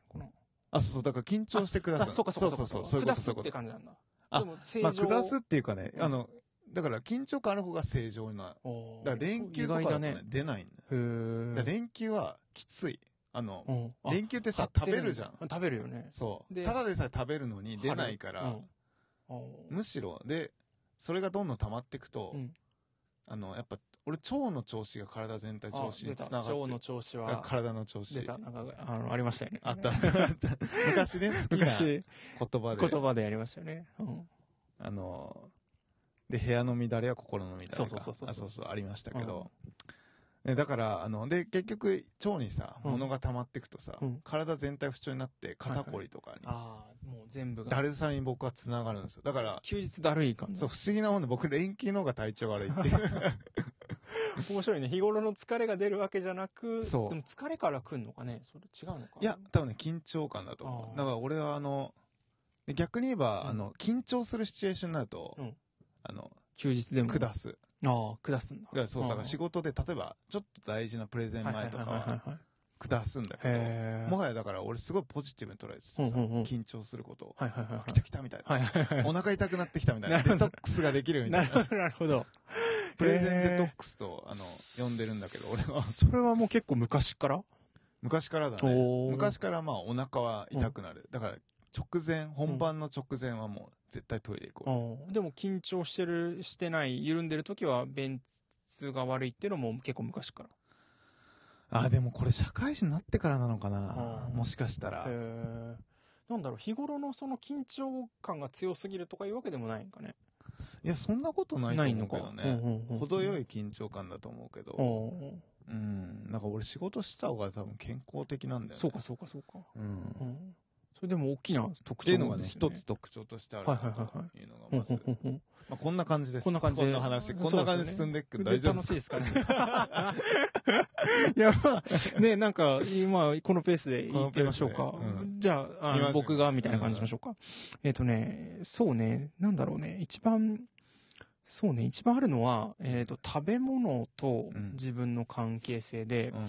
[SPEAKER 3] この
[SPEAKER 4] あ、そうそう、だから緊張してください。
[SPEAKER 3] あそうかそうか
[SPEAKER 4] そ
[SPEAKER 3] そうう
[SPEAKER 4] そ
[SPEAKER 3] か
[SPEAKER 4] うそう、そういうこ
[SPEAKER 3] 下
[SPEAKER 4] と、
[SPEAKER 3] す
[SPEAKER 4] そ
[SPEAKER 3] っ
[SPEAKER 4] ういうこと
[SPEAKER 3] て。感じなんだ。
[SPEAKER 4] あ
[SPEAKER 3] でも正
[SPEAKER 4] まあ、
[SPEAKER 3] 常。
[SPEAKER 4] 下すっていうかね、
[SPEAKER 3] うん
[SPEAKER 4] あの、だから緊張感ある方が正常な。
[SPEAKER 3] おー
[SPEAKER 4] だから連休とかだ
[SPEAKER 3] 意
[SPEAKER 4] と
[SPEAKER 3] 外
[SPEAKER 4] ね、
[SPEAKER 3] ね。
[SPEAKER 4] 出ないんだよ。
[SPEAKER 3] へ
[SPEAKER 4] だ
[SPEAKER 3] ー
[SPEAKER 4] から連休はきつい。あの、
[SPEAKER 3] うんあ
[SPEAKER 4] 連休ってさ、
[SPEAKER 3] 張
[SPEAKER 4] 食
[SPEAKER 3] てる
[SPEAKER 4] べるじゃん。
[SPEAKER 3] 食べるよね。
[SPEAKER 4] そう。
[SPEAKER 3] で
[SPEAKER 4] ただでさえ食べるのに出ないから、
[SPEAKER 3] うん。
[SPEAKER 4] むしろ、で、それがどんどん溜まっていくと、
[SPEAKER 3] うん
[SPEAKER 4] あの、やっぱ俺、腸の調子が体全体調子につながって
[SPEAKER 3] 腸
[SPEAKER 4] る。
[SPEAKER 3] の調子
[SPEAKER 4] が
[SPEAKER 3] は、
[SPEAKER 4] 体の調子
[SPEAKER 3] 出。た、なんか、あの、ありましたよね。
[SPEAKER 4] あったあったあった。 昔 ね、好きな言
[SPEAKER 3] 昔、
[SPEAKER 4] 葉で。
[SPEAKER 3] 言葉でやりましたよね。うん。
[SPEAKER 4] あの、で、部屋の乱れは心の乱れか。
[SPEAKER 3] そうそうそうそう
[SPEAKER 4] あそうそう、ありましたけど。ねだから、あの、で、結局、腸にさ、
[SPEAKER 3] うん
[SPEAKER 4] 物が溜まってくとさ
[SPEAKER 3] うん、
[SPEAKER 4] 体全体不調になって、肩こりとかに、
[SPEAKER 3] ああ、もう全部が。
[SPEAKER 4] だるさに僕は繋がるんですよ。だから、
[SPEAKER 3] 休日だるい感じ。
[SPEAKER 4] そう、不思議なもんで、僕、連休の方が体調悪い っていう。
[SPEAKER 3] 面白いね。日頃の疲れが出るわけじゃなく、
[SPEAKER 4] そう
[SPEAKER 3] でも疲れから来んのかねそれ違うのか
[SPEAKER 4] いや、多分ね、緊張感だと思
[SPEAKER 3] あー
[SPEAKER 4] う。だから俺はあの、で逆に言えば、
[SPEAKER 3] うん
[SPEAKER 4] あの、緊張するシチュエーションになると、
[SPEAKER 3] うん
[SPEAKER 4] あの、
[SPEAKER 3] 休日でも。
[SPEAKER 4] 下す。
[SPEAKER 3] ああ、下すんだ。
[SPEAKER 4] だからそう、だから
[SPEAKER 3] ん
[SPEAKER 4] 仕事で、例えば、ちょっと大事なプレゼン前とか
[SPEAKER 3] いい
[SPEAKER 4] はい
[SPEAKER 3] はい
[SPEAKER 4] 下すんだけ
[SPEAKER 3] へ
[SPEAKER 4] ど、
[SPEAKER 3] え。
[SPEAKER 4] もはやだから俺すごいポジティブに捉えててさ、
[SPEAKER 3] うんうんうん
[SPEAKER 4] 緊張することを、
[SPEAKER 3] はいはいはい
[SPEAKER 4] あ来た来たみたい
[SPEAKER 3] はい。はいはい
[SPEAKER 4] な。
[SPEAKER 3] は
[SPEAKER 4] お腹痛くなってきたみたいな。
[SPEAKER 3] なる
[SPEAKER 4] デ
[SPEAKER 3] ほ
[SPEAKER 4] ト
[SPEAKER 3] ど
[SPEAKER 4] ックスができる
[SPEAKER 3] い。
[SPEAKER 4] みた
[SPEAKER 3] ないる
[SPEAKER 4] な。
[SPEAKER 3] ほど、なるほど。
[SPEAKER 4] プレゼンデトッ
[SPEAKER 3] へ
[SPEAKER 4] クスと、あの、呼んでるんだけど、俺は
[SPEAKER 3] ー。それはもう結構昔から
[SPEAKER 4] 昔からだね。
[SPEAKER 3] おー
[SPEAKER 4] 昔からまあお腹は痛くなる。だから直前、本番の直前はもう絶対トイレ行こう。
[SPEAKER 3] うんでも緊張してる、してない、緩んでる時は便通が悪いっていうのも結構昔から。
[SPEAKER 4] あ、でもこれ社会人になってからなのかな
[SPEAKER 3] あー
[SPEAKER 4] もしかした
[SPEAKER 3] へ。
[SPEAKER 4] ら
[SPEAKER 3] え。なんだろう、日頃のその緊張感が強すぎるとかいうわけでもないんかね。
[SPEAKER 4] いや、そんなことないと
[SPEAKER 3] ない
[SPEAKER 4] 思
[SPEAKER 3] の
[SPEAKER 4] うけ
[SPEAKER 3] か
[SPEAKER 4] ど。ね。程よ
[SPEAKER 3] い。
[SPEAKER 4] い緊張感だと思うけ
[SPEAKER 3] う
[SPEAKER 4] ど。
[SPEAKER 3] んうん
[SPEAKER 4] うん。なんか俺仕事した方が多分健康的なんだよね。
[SPEAKER 3] そうかそうかそうか。
[SPEAKER 4] うん。
[SPEAKER 3] う
[SPEAKER 4] っ
[SPEAKER 3] んそれでも大きな特
[SPEAKER 4] て
[SPEAKER 3] 徴
[SPEAKER 4] いうのがね、
[SPEAKER 3] ですよ
[SPEAKER 4] 一つ特徴としてあるなというのがまず。
[SPEAKER 3] うんうんうん
[SPEAKER 4] まあこんな感じです。
[SPEAKER 3] こんな感じで
[SPEAKER 4] こんな話。こんな感じで進んでいくけど大丈夫
[SPEAKER 3] 楽しいですかね。 いや、まあ、ね、なんか、今、このペースで行ってみましょうか
[SPEAKER 4] このペースでう。
[SPEAKER 3] じゃあ、あの
[SPEAKER 4] いきますよ
[SPEAKER 3] 僕が、みたいな感じにしましょうか。えっとね、そうね、なんだろうね、一番、そうね、一番あるのは、えっと、食べ物と
[SPEAKER 4] うん
[SPEAKER 3] 自分の関係性で
[SPEAKER 4] う、ん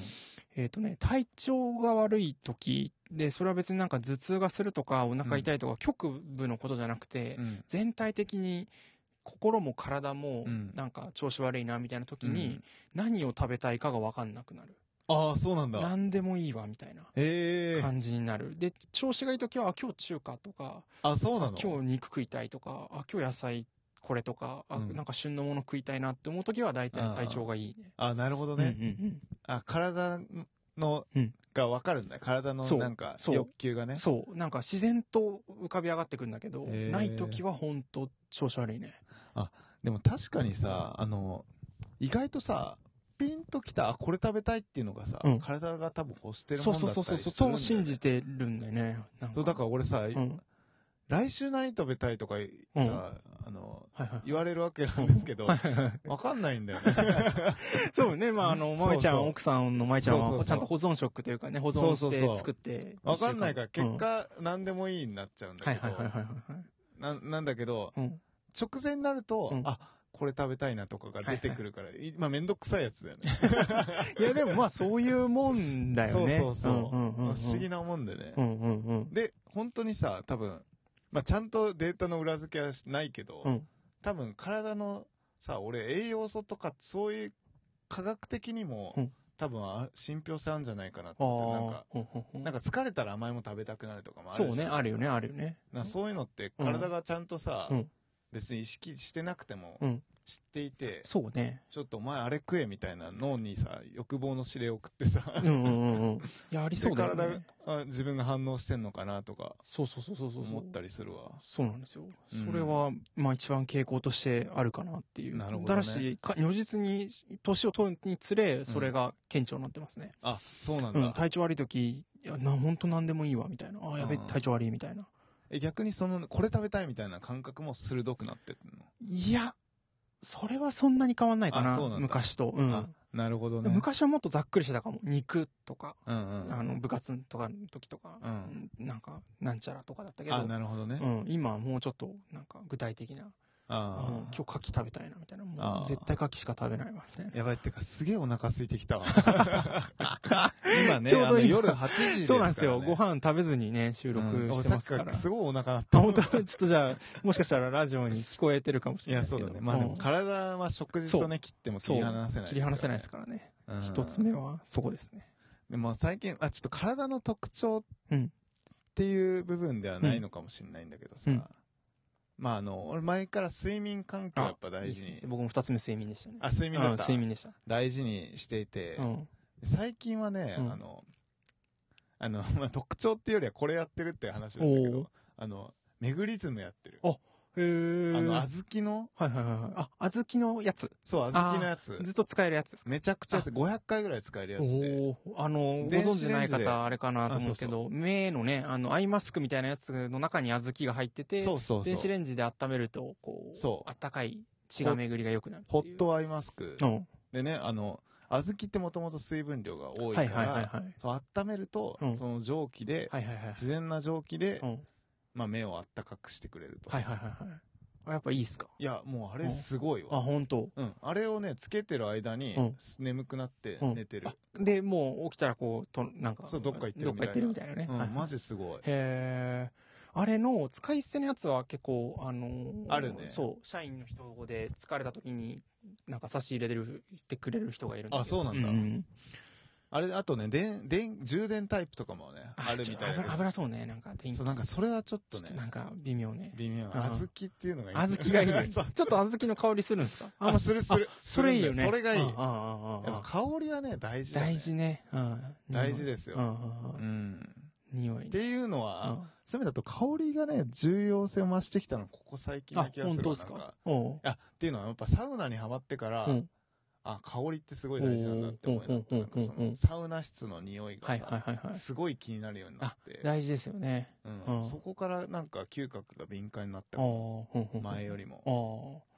[SPEAKER 3] えっとね、体調が悪い時で、それは別になんか頭痛がするとか、お腹痛いとか、局部のことじゃなくて
[SPEAKER 4] う、ん。
[SPEAKER 3] 全体的に心も体も
[SPEAKER 4] うん
[SPEAKER 3] なんか調子悪いなみたいな時
[SPEAKER 4] う
[SPEAKER 3] に
[SPEAKER 4] ん
[SPEAKER 3] 何を食べたいかが分かんなくなる、
[SPEAKER 4] ああ、そうなんだ。
[SPEAKER 3] 何でもいいわみたいな
[SPEAKER 4] ええ。
[SPEAKER 3] 感じになるで調子がいい時はあ今日中華とか
[SPEAKER 4] あ、そうな
[SPEAKER 3] あ
[SPEAKER 4] の
[SPEAKER 3] 今日肉食いたいとかあ今日野菜これとかあ、
[SPEAKER 4] うん
[SPEAKER 3] なんか旬のもの食いたいなって思う時は大体体調がいいね。
[SPEAKER 4] あ、なるほど
[SPEAKER 3] うんうん
[SPEAKER 4] ね。あ、体の
[SPEAKER 3] うん、
[SPEAKER 4] がわかるんだ。体の
[SPEAKER 3] そう
[SPEAKER 4] なんか
[SPEAKER 3] そう
[SPEAKER 4] 欲求が
[SPEAKER 3] うん
[SPEAKER 4] ね。
[SPEAKER 3] そうなんか自然と浮かび上がってくるんだけど、
[SPEAKER 4] へー
[SPEAKER 3] ない時は本当調子悪いね
[SPEAKER 4] でも確かにさ、あの、意外とさ、ピンときた、あ、これ食べたいっていうのがさ、
[SPEAKER 3] うん
[SPEAKER 4] 体が多分欲してるも
[SPEAKER 3] そ
[SPEAKER 4] ん
[SPEAKER 3] う
[SPEAKER 4] だった
[SPEAKER 3] そう
[SPEAKER 4] りす
[SPEAKER 3] そ
[SPEAKER 4] る
[SPEAKER 3] うんそうそうと
[SPEAKER 4] だよね
[SPEAKER 3] 信じてるんだよねなんか
[SPEAKER 4] そう、だから俺さ、
[SPEAKER 3] うん、
[SPEAKER 4] 来週何食べたいとかさ、あの、
[SPEAKER 3] はいはい
[SPEAKER 4] 言われるわけなんですけど、
[SPEAKER 3] はいはいはい
[SPEAKER 4] わかんないんだよ ね。
[SPEAKER 3] そうね、まあ、あの、
[SPEAKER 4] そう
[SPEAKER 3] まめちゃん、
[SPEAKER 4] そう
[SPEAKER 3] 奥さんのまめちゃん
[SPEAKER 4] そうそうそ
[SPEAKER 3] は、
[SPEAKER 4] う
[SPEAKER 3] ちゃんと保存食というかね、保
[SPEAKER 4] そ
[SPEAKER 3] 存
[SPEAKER 4] うそ
[SPEAKER 3] し
[SPEAKER 4] うそう
[SPEAKER 3] て作って。
[SPEAKER 4] わかんないから、
[SPEAKER 3] 一週間
[SPEAKER 4] 結、果、何でもいいになっちゃう
[SPEAKER 3] う
[SPEAKER 4] ん
[SPEAKER 3] んは
[SPEAKER 4] だ
[SPEAKER 3] い
[SPEAKER 4] け
[SPEAKER 3] はいはい
[SPEAKER 4] ど、
[SPEAKER 3] はいはい。
[SPEAKER 4] ななんだけど、
[SPEAKER 3] うん
[SPEAKER 4] 直前になると、
[SPEAKER 3] うん
[SPEAKER 4] あ、これ食べたいなとかが出てくるから、いまあめんどくさいやつだよね。
[SPEAKER 3] いや、でもまあ、そういうもんだよね。
[SPEAKER 4] そうそうそう。
[SPEAKER 3] んんうんうん
[SPEAKER 4] 不思議なもんでね。
[SPEAKER 3] うんうんうん。
[SPEAKER 4] で、本当にさ、多分、まあ、ちゃんとデータの裏付けはしないけど、
[SPEAKER 3] うん
[SPEAKER 4] 多分体のさ、俺栄養素とかそういう科学的にも、
[SPEAKER 3] うん
[SPEAKER 4] 多分あ信憑性あるんじゃないかなって、
[SPEAKER 3] あ
[SPEAKER 4] なんか
[SPEAKER 3] あ、、うんうんうん
[SPEAKER 4] なんか疲れたら甘いもの食べたくなるとかもある
[SPEAKER 3] そうね、あるよね、あるよね。
[SPEAKER 4] なそういうのって体がちゃんとさ、
[SPEAKER 3] うん
[SPEAKER 4] 別に意識してなくても
[SPEAKER 3] うん
[SPEAKER 4] 知っていて、
[SPEAKER 3] そうね。
[SPEAKER 4] ちょっとお前あれ食えみたいな脳にさ、欲望の指令を送ってさ、
[SPEAKER 3] うんうんうんうん。いや、ありそうだよ
[SPEAKER 4] で
[SPEAKER 3] ね。
[SPEAKER 4] 体が自分が反応してんのかなとか
[SPEAKER 3] そうそうそうそうそう。
[SPEAKER 4] 思ったりするわ。
[SPEAKER 3] そうなんですよ。
[SPEAKER 4] うん
[SPEAKER 3] それは、まあ一番傾向としてあるかなっていう。
[SPEAKER 4] なるほどね
[SPEAKER 3] だらし、か如実に、年を取るにつれ、それが顕著になってますね。
[SPEAKER 4] あ、そうなんだ。
[SPEAKER 3] うん、体調悪い時、いや、な、本当なんでもいいわ、みたいな。あー、やべ、
[SPEAKER 4] うん
[SPEAKER 3] 体調悪い、みたいな。
[SPEAKER 4] え逆にその、これ食べたいみたいな感覚も鋭くなってってんの
[SPEAKER 3] いや、それはそんなに変わんないか
[SPEAKER 4] あ
[SPEAKER 3] な、
[SPEAKER 4] そうなんだ
[SPEAKER 3] 昔と。うん
[SPEAKER 4] あなるほどね。
[SPEAKER 3] 昔はもっとざっくりしてたかも。肉とか、
[SPEAKER 4] うんうん。
[SPEAKER 3] あの、部活とかの時とか、
[SPEAKER 4] うん
[SPEAKER 3] なんか、なんちゃらとかだったけど、
[SPEAKER 4] あ、なるほどね。
[SPEAKER 3] うん、今はもうちょっと、なんか、具体的な、うん
[SPEAKER 4] あ
[SPEAKER 3] 今日牡蠣食べたいな、みたいな。も
[SPEAKER 4] あ
[SPEAKER 3] う
[SPEAKER 4] ー
[SPEAKER 3] 絶対牡蠣しか食べないわ、みたいな
[SPEAKER 4] ー。 やばいってか、すげえお腹空いてきたわ。今ね、
[SPEAKER 3] ちょうど今
[SPEAKER 4] あの夜8時ですか
[SPEAKER 3] そう
[SPEAKER 4] ら、ね。
[SPEAKER 3] なんですよ。ご
[SPEAKER 4] 飯
[SPEAKER 3] 飯食べずにね、収録してますから。
[SPEAKER 4] すごいお腹鳴った
[SPEAKER 3] あ、。本当はちょっとじゃあ、もしかしたらラジオに聞こえてるかもし
[SPEAKER 4] い
[SPEAKER 3] れない
[SPEAKER 4] や、
[SPEAKER 3] です
[SPEAKER 4] そ
[SPEAKER 3] け
[SPEAKER 4] う
[SPEAKER 3] ど。
[SPEAKER 4] だね。まあでも、
[SPEAKER 3] うん
[SPEAKER 4] 体は食事とね、切っても切り離せない、
[SPEAKER 3] 切り離せないですからね。
[SPEAKER 4] ら
[SPEAKER 3] 一、つ目は、そこですね。
[SPEAKER 4] でも最近、あ、ちょっと体の特徴
[SPEAKER 3] うん
[SPEAKER 4] っていう部分ではないのかもしれないんだけど
[SPEAKER 3] う
[SPEAKER 4] さ、
[SPEAKER 3] ん
[SPEAKER 4] まああの、俺前から睡眠環境やっぱ大事
[SPEAKER 3] いい
[SPEAKER 4] に
[SPEAKER 3] っす。ね僕も二つ目睡眠でしたね。
[SPEAKER 4] あ、睡眠だ
[SPEAKER 3] うん
[SPEAKER 4] った。
[SPEAKER 3] 睡眠でした。
[SPEAKER 4] 大事にしていて、
[SPEAKER 3] うん。
[SPEAKER 4] 最近はね、
[SPEAKER 3] うん
[SPEAKER 4] あの、あの、 まあ、特徴っていうよりはこれやってるって話なんだけ
[SPEAKER 3] おう
[SPEAKER 4] ど、あの、メグリズムやってる。
[SPEAKER 3] へー
[SPEAKER 4] あの、小豆の、
[SPEAKER 3] はいはいはいはい。あ、小豆のやつ。
[SPEAKER 4] そう、小豆のやつ。
[SPEAKER 3] ずっと使えるやつですか
[SPEAKER 4] めちゃくちゃ安い500回ぐらい使えるやつで。
[SPEAKER 3] おおあの、ご
[SPEAKER 4] 電子レンジで
[SPEAKER 3] 存知ない方、あれかなと思うんですけ
[SPEAKER 4] あ
[SPEAKER 3] ど、目のね、あの、アイマスクみたいなやつの中に小豆が入ってて、
[SPEAKER 4] そうそう
[SPEAKER 3] 電子
[SPEAKER 4] そう。
[SPEAKER 3] レンジで温めると、こう、
[SPEAKER 4] そう
[SPEAKER 3] 温かい血が巡りが良くなるっていう。
[SPEAKER 4] ホットアイマスク。
[SPEAKER 3] うん。
[SPEAKER 4] でね、あの、小豆ってもともと水分量が多
[SPEAKER 3] は
[SPEAKER 4] いか
[SPEAKER 3] いはいはいはい
[SPEAKER 4] ら、。そう温めると
[SPEAKER 3] う、ん
[SPEAKER 4] その蒸気で、
[SPEAKER 3] はいはいはい。
[SPEAKER 4] 自然な蒸気で
[SPEAKER 3] う、ん。
[SPEAKER 4] まあ目をあったかくしてくれると。
[SPEAKER 3] はいはいはいはい。あやっぱいいっすか
[SPEAKER 4] いや、もうあれすごい
[SPEAKER 3] あ、
[SPEAKER 4] わ。
[SPEAKER 3] 本当。
[SPEAKER 4] うん。あれをね、つけてる間に
[SPEAKER 3] うん、
[SPEAKER 4] 眠くなって
[SPEAKER 3] うん
[SPEAKER 4] 寝てる。
[SPEAKER 3] で、もう起きたらこう、と、なんか、
[SPEAKER 4] そうどっか行ってる
[SPEAKER 3] どっか行ってるみたいなね。
[SPEAKER 4] う
[SPEAKER 3] はい
[SPEAKER 4] ん、マジすごい。
[SPEAKER 3] へえ。あれの使い捨てのやつは結構、あのー
[SPEAKER 4] あるね
[SPEAKER 3] そう、社員の人で疲れた時に、なんか差し入れてる、してくれる人がいるんだけど。
[SPEAKER 4] あそうなんだ
[SPEAKER 3] うん
[SPEAKER 4] あれ、あとね、でん、でん、充電タイプとかもね、あるみたい
[SPEAKER 3] ちょ危な
[SPEAKER 4] な。
[SPEAKER 3] 危なそうね、なんか電気。
[SPEAKER 4] そう、なんかそれはちょっと
[SPEAKER 3] ちょっとな
[SPEAKER 4] ね、
[SPEAKER 3] んか微妙ね。
[SPEAKER 4] 微妙。
[SPEAKER 3] ん
[SPEAKER 4] 小豆っていうのがいい。
[SPEAKER 3] 小豆がいいねち
[SPEAKER 4] そ
[SPEAKER 3] ょ
[SPEAKER 4] う
[SPEAKER 3] っと小豆の香りするんですか
[SPEAKER 4] あ、
[SPEAKER 3] ま
[SPEAKER 4] するする。
[SPEAKER 3] それいいよ
[SPEAKER 4] する
[SPEAKER 3] ね。
[SPEAKER 4] んだそれがいい。
[SPEAKER 3] うんうん
[SPEAKER 4] や
[SPEAKER 3] うんうんうん
[SPEAKER 4] っぱ香りはね、大事だね。
[SPEAKER 3] 大事ね。うん
[SPEAKER 4] 大事です
[SPEAKER 3] うんうん
[SPEAKER 4] よ。う
[SPEAKER 3] うん
[SPEAKER 4] ん。
[SPEAKER 3] 匂い
[SPEAKER 4] っ
[SPEAKER 3] ね。
[SPEAKER 4] ていうの
[SPEAKER 3] うん
[SPEAKER 4] は、
[SPEAKER 3] あ、
[SPEAKER 4] そういう意味だと香りがね、重要性を増してきたの、ここ最近な気がするわ。
[SPEAKER 3] 本当です
[SPEAKER 4] なん
[SPEAKER 3] かおう
[SPEAKER 4] あ、っていうのはやっぱサウナにハマってから
[SPEAKER 3] うん、
[SPEAKER 4] あ、香りってすごい大事なんだって思いになった。
[SPEAKER 3] うん
[SPEAKER 4] なんかそ
[SPEAKER 3] うんうん
[SPEAKER 4] の、サウナ室の匂い
[SPEAKER 3] は
[SPEAKER 4] が
[SPEAKER 3] いはい
[SPEAKER 4] さ、
[SPEAKER 3] はいはい。
[SPEAKER 4] すごい気になるようになって。
[SPEAKER 3] 大事ですよね。
[SPEAKER 4] う
[SPEAKER 3] うん
[SPEAKER 4] ん、そこからなんか嗅覚が敏感になった
[SPEAKER 3] ああ、うんうん
[SPEAKER 4] 前よりも。
[SPEAKER 3] ああ。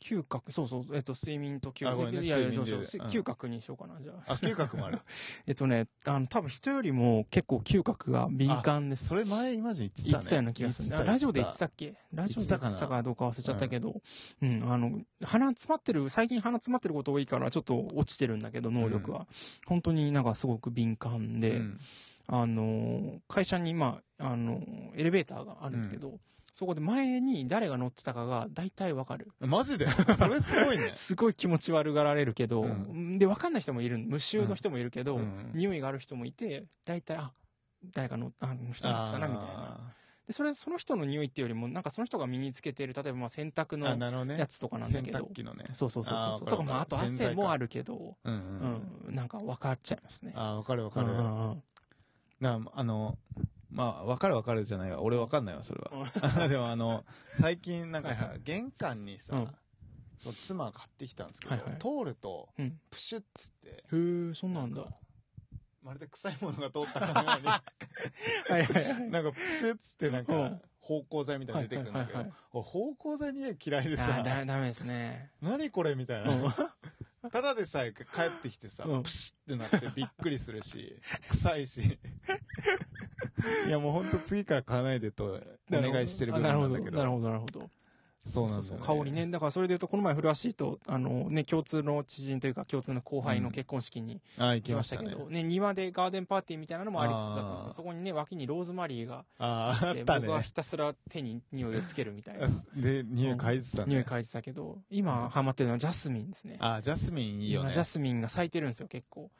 [SPEAKER 3] 嗅覚、そうそう、えっと、睡眠と嗅
[SPEAKER 4] あごめ
[SPEAKER 3] 覚。
[SPEAKER 4] んね
[SPEAKER 3] いやいや、
[SPEAKER 4] 睡
[SPEAKER 3] そう
[SPEAKER 4] 眠
[SPEAKER 3] そう、
[SPEAKER 4] で
[SPEAKER 3] す
[SPEAKER 4] う
[SPEAKER 3] 嗅
[SPEAKER 4] ん
[SPEAKER 3] 覚にしようかな、じゃあ。
[SPEAKER 4] あ、嗅覚もあ る。
[SPEAKER 3] えっとね、あの、多分人よりも結構嗅覚が敏感です。
[SPEAKER 4] それ前、イマジン言って
[SPEAKER 3] 言
[SPEAKER 4] た
[SPEAKER 3] っ
[SPEAKER 4] ね。
[SPEAKER 3] てたような気がするね。あラジオで言ってたっけラジオで言っ
[SPEAKER 4] 言っててたかな
[SPEAKER 3] たかどうか忘れちゃったけど、うん、あの、鼻詰まってる、最近鼻詰まってること多いから、ちょっと落ちてるんだけど、能力は。本当になんかすごく敏感で、
[SPEAKER 4] うん
[SPEAKER 3] あの、会社に、まあ、あの、エレベーターがあるんですけど、そこで前に誰が乗ってたかが大体わかる。。
[SPEAKER 4] マジでそれすごいね
[SPEAKER 3] すごい気持ち悪がられるけど、
[SPEAKER 4] うん
[SPEAKER 3] で、わかんない人もいる、無臭の人もいるけど、
[SPEAKER 4] うん
[SPEAKER 3] 匂いがある人もいて、大体、あ、誰かの、あの人なんですかな、みたいな。で、それ、その人の匂いっていうよりも、なんかその人が身につけている、例えばまあ洗濯
[SPEAKER 4] あーあ、
[SPEAKER 3] の
[SPEAKER 4] なるほど
[SPEAKER 3] や
[SPEAKER 4] ね。
[SPEAKER 3] つとかなんだ
[SPEAKER 4] 洗
[SPEAKER 3] けど
[SPEAKER 4] 濯。機のね。
[SPEAKER 3] そうそうそう
[SPEAKER 4] あー
[SPEAKER 3] そう。と
[SPEAKER 4] わかる
[SPEAKER 3] か、まあ、あと
[SPEAKER 4] 洗剤か
[SPEAKER 3] 汗もあるけど、
[SPEAKER 4] うんう。
[SPEAKER 3] うんん、なんか分かっちゃいますね。
[SPEAKER 4] あーわかるわかる
[SPEAKER 3] う。んうんうん
[SPEAKER 4] なあの、まあ、わかるわかるじゃないわ。俺わかんないわ、それは。で もあの、最近なんか
[SPEAKER 3] はい
[SPEAKER 4] さ、玄関に
[SPEAKER 3] う
[SPEAKER 4] さ
[SPEAKER 3] ん、
[SPEAKER 4] そう妻が買ってきたんですけ
[SPEAKER 3] はいはい
[SPEAKER 4] ど、通ると、
[SPEAKER 3] うん。
[SPEAKER 4] プシュッつって、
[SPEAKER 3] へえ、そんなんだ。
[SPEAKER 4] まるで臭いものが通ったかのように、
[SPEAKER 3] はいはいはい。
[SPEAKER 4] なんかプシュッつってなん
[SPEAKER 3] う
[SPEAKER 4] か
[SPEAKER 3] ん、
[SPEAKER 4] 芳香剤みたいなの出てくるんだけ
[SPEAKER 3] はいはいはい
[SPEAKER 4] ど
[SPEAKER 3] は、
[SPEAKER 4] 俺芳香剤に嫌いで
[SPEAKER 3] あ
[SPEAKER 4] さ
[SPEAKER 3] ー、だ、ダメですね。
[SPEAKER 4] 何これみたい
[SPEAKER 3] うん
[SPEAKER 4] な。 ただでさえ帰ってきてさ、
[SPEAKER 3] うん
[SPEAKER 4] プシュってなってびっくりするし、臭いし。いやもうほんと次から買わないでと お願いしてる部分
[SPEAKER 3] なるほ
[SPEAKER 4] なん
[SPEAKER 3] ど、
[SPEAKER 4] だけど。
[SPEAKER 3] なるほど、なるほど。
[SPEAKER 4] そうなんだよね
[SPEAKER 3] 香りね。だからそれで言うと、この前、古橋と、あのね、共通の知人というか、共通の後輩の結婚式に
[SPEAKER 4] あ、行
[SPEAKER 3] 行き
[SPEAKER 4] き
[SPEAKER 3] ま
[SPEAKER 4] ま
[SPEAKER 3] し
[SPEAKER 4] したた
[SPEAKER 3] け
[SPEAKER 4] ね。
[SPEAKER 3] ど、ね、庭でガーデンパーティーみたいなのもありつつだったんですけ
[SPEAKER 4] あ
[SPEAKER 3] ど、
[SPEAKER 4] ー
[SPEAKER 3] そこにね、脇にローズマリーが
[SPEAKER 4] ああ、あ
[SPEAKER 3] あっ、
[SPEAKER 4] ってた
[SPEAKER 3] 僕は
[SPEAKER 4] ね。
[SPEAKER 3] ひたすら手に匂いをつけるみたいな。
[SPEAKER 4] で、匂い嗅いでたね。
[SPEAKER 3] 匂い嗅いでたけど、今ハマってるのはジャスミンですね。
[SPEAKER 4] ああ、ジャスミンいいよ
[SPEAKER 3] 今
[SPEAKER 4] ね。
[SPEAKER 3] ジャスミンが咲いてるんですよ、結構。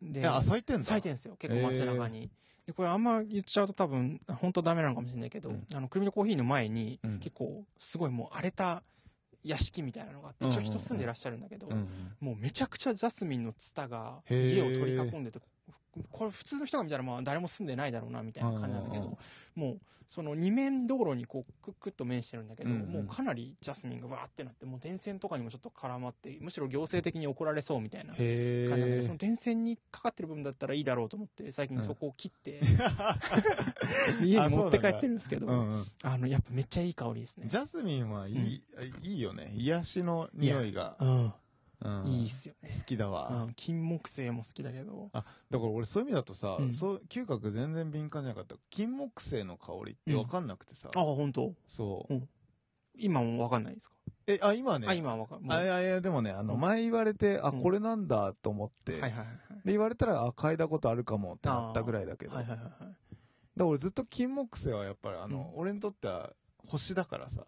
[SPEAKER 3] で
[SPEAKER 4] えあ、咲いてんだ。
[SPEAKER 3] 咲いてるんですよ、結構街中に。で、これあんま言っちゃうと多分、本当ダメなのかもしれないけど、
[SPEAKER 4] うん
[SPEAKER 3] あの、くるみのコーヒーの前に、
[SPEAKER 4] うん
[SPEAKER 3] 結構、すごいもう荒れた屋敷みたいなのがあって、
[SPEAKER 4] うんうん
[SPEAKER 3] 一
[SPEAKER 4] う
[SPEAKER 3] 応
[SPEAKER 4] ん
[SPEAKER 3] 人住んでらっしゃるんだけど、
[SPEAKER 4] うん。
[SPEAKER 3] もうめちゃくちゃジャスミンのツタが、
[SPEAKER 4] へー
[SPEAKER 3] 家を取り囲んでて、これ普通の人が見たらまあ誰も住んでないだろうな、みたいな感じなんだけ
[SPEAKER 4] うんうん
[SPEAKER 3] ど、もう、その二面道路にこう、クックッと面してるんだけど、
[SPEAKER 4] うんうん
[SPEAKER 3] もうかなりジャスミンがわーってなって、もう電線とかにもちょっと絡まって、むしろ行政的に怒られそうみたいな。
[SPEAKER 4] へ
[SPEAKER 3] 感じなんだけどそ
[SPEAKER 4] え
[SPEAKER 3] の。電線にかかってる部分だったらいいだろうと思って、最近そこを切って、 家に持って帰ってるんですけど、
[SPEAKER 4] う
[SPEAKER 3] あ
[SPEAKER 4] んうん。
[SPEAKER 3] の、やっぱめっちゃいい香りですね。
[SPEAKER 4] ジャスミンはいい、いいよね。癒しの匂いが。
[SPEAKER 3] うん。
[SPEAKER 4] うん
[SPEAKER 3] いいっすよね。
[SPEAKER 4] 好きだわ。
[SPEAKER 3] うん。金木犀も好きだけど、
[SPEAKER 4] だから俺そういう意味だとさ、
[SPEAKER 3] うん
[SPEAKER 4] そう嗅覚全然敏感じゃなかった金木犀の香りって分かんなくてさ、
[SPEAKER 3] あ、本当
[SPEAKER 4] そう
[SPEAKER 3] うん今もわかんないですか
[SPEAKER 4] えあ今ね
[SPEAKER 3] あ、今はわかん
[SPEAKER 4] あい
[SPEAKER 3] は
[SPEAKER 4] やいやでもねあの
[SPEAKER 3] うん
[SPEAKER 4] 前言われて、あ
[SPEAKER 3] うん
[SPEAKER 4] これなんだと思って、
[SPEAKER 3] いはいはい。
[SPEAKER 4] で言われたらあ嗅いだことあるかもってなったぐらいだけど、
[SPEAKER 3] はいはい
[SPEAKER 4] だか
[SPEAKER 3] はいはい。
[SPEAKER 4] ら俺ずっと金木犀はやっぱりあの、俺にとっては星だからさ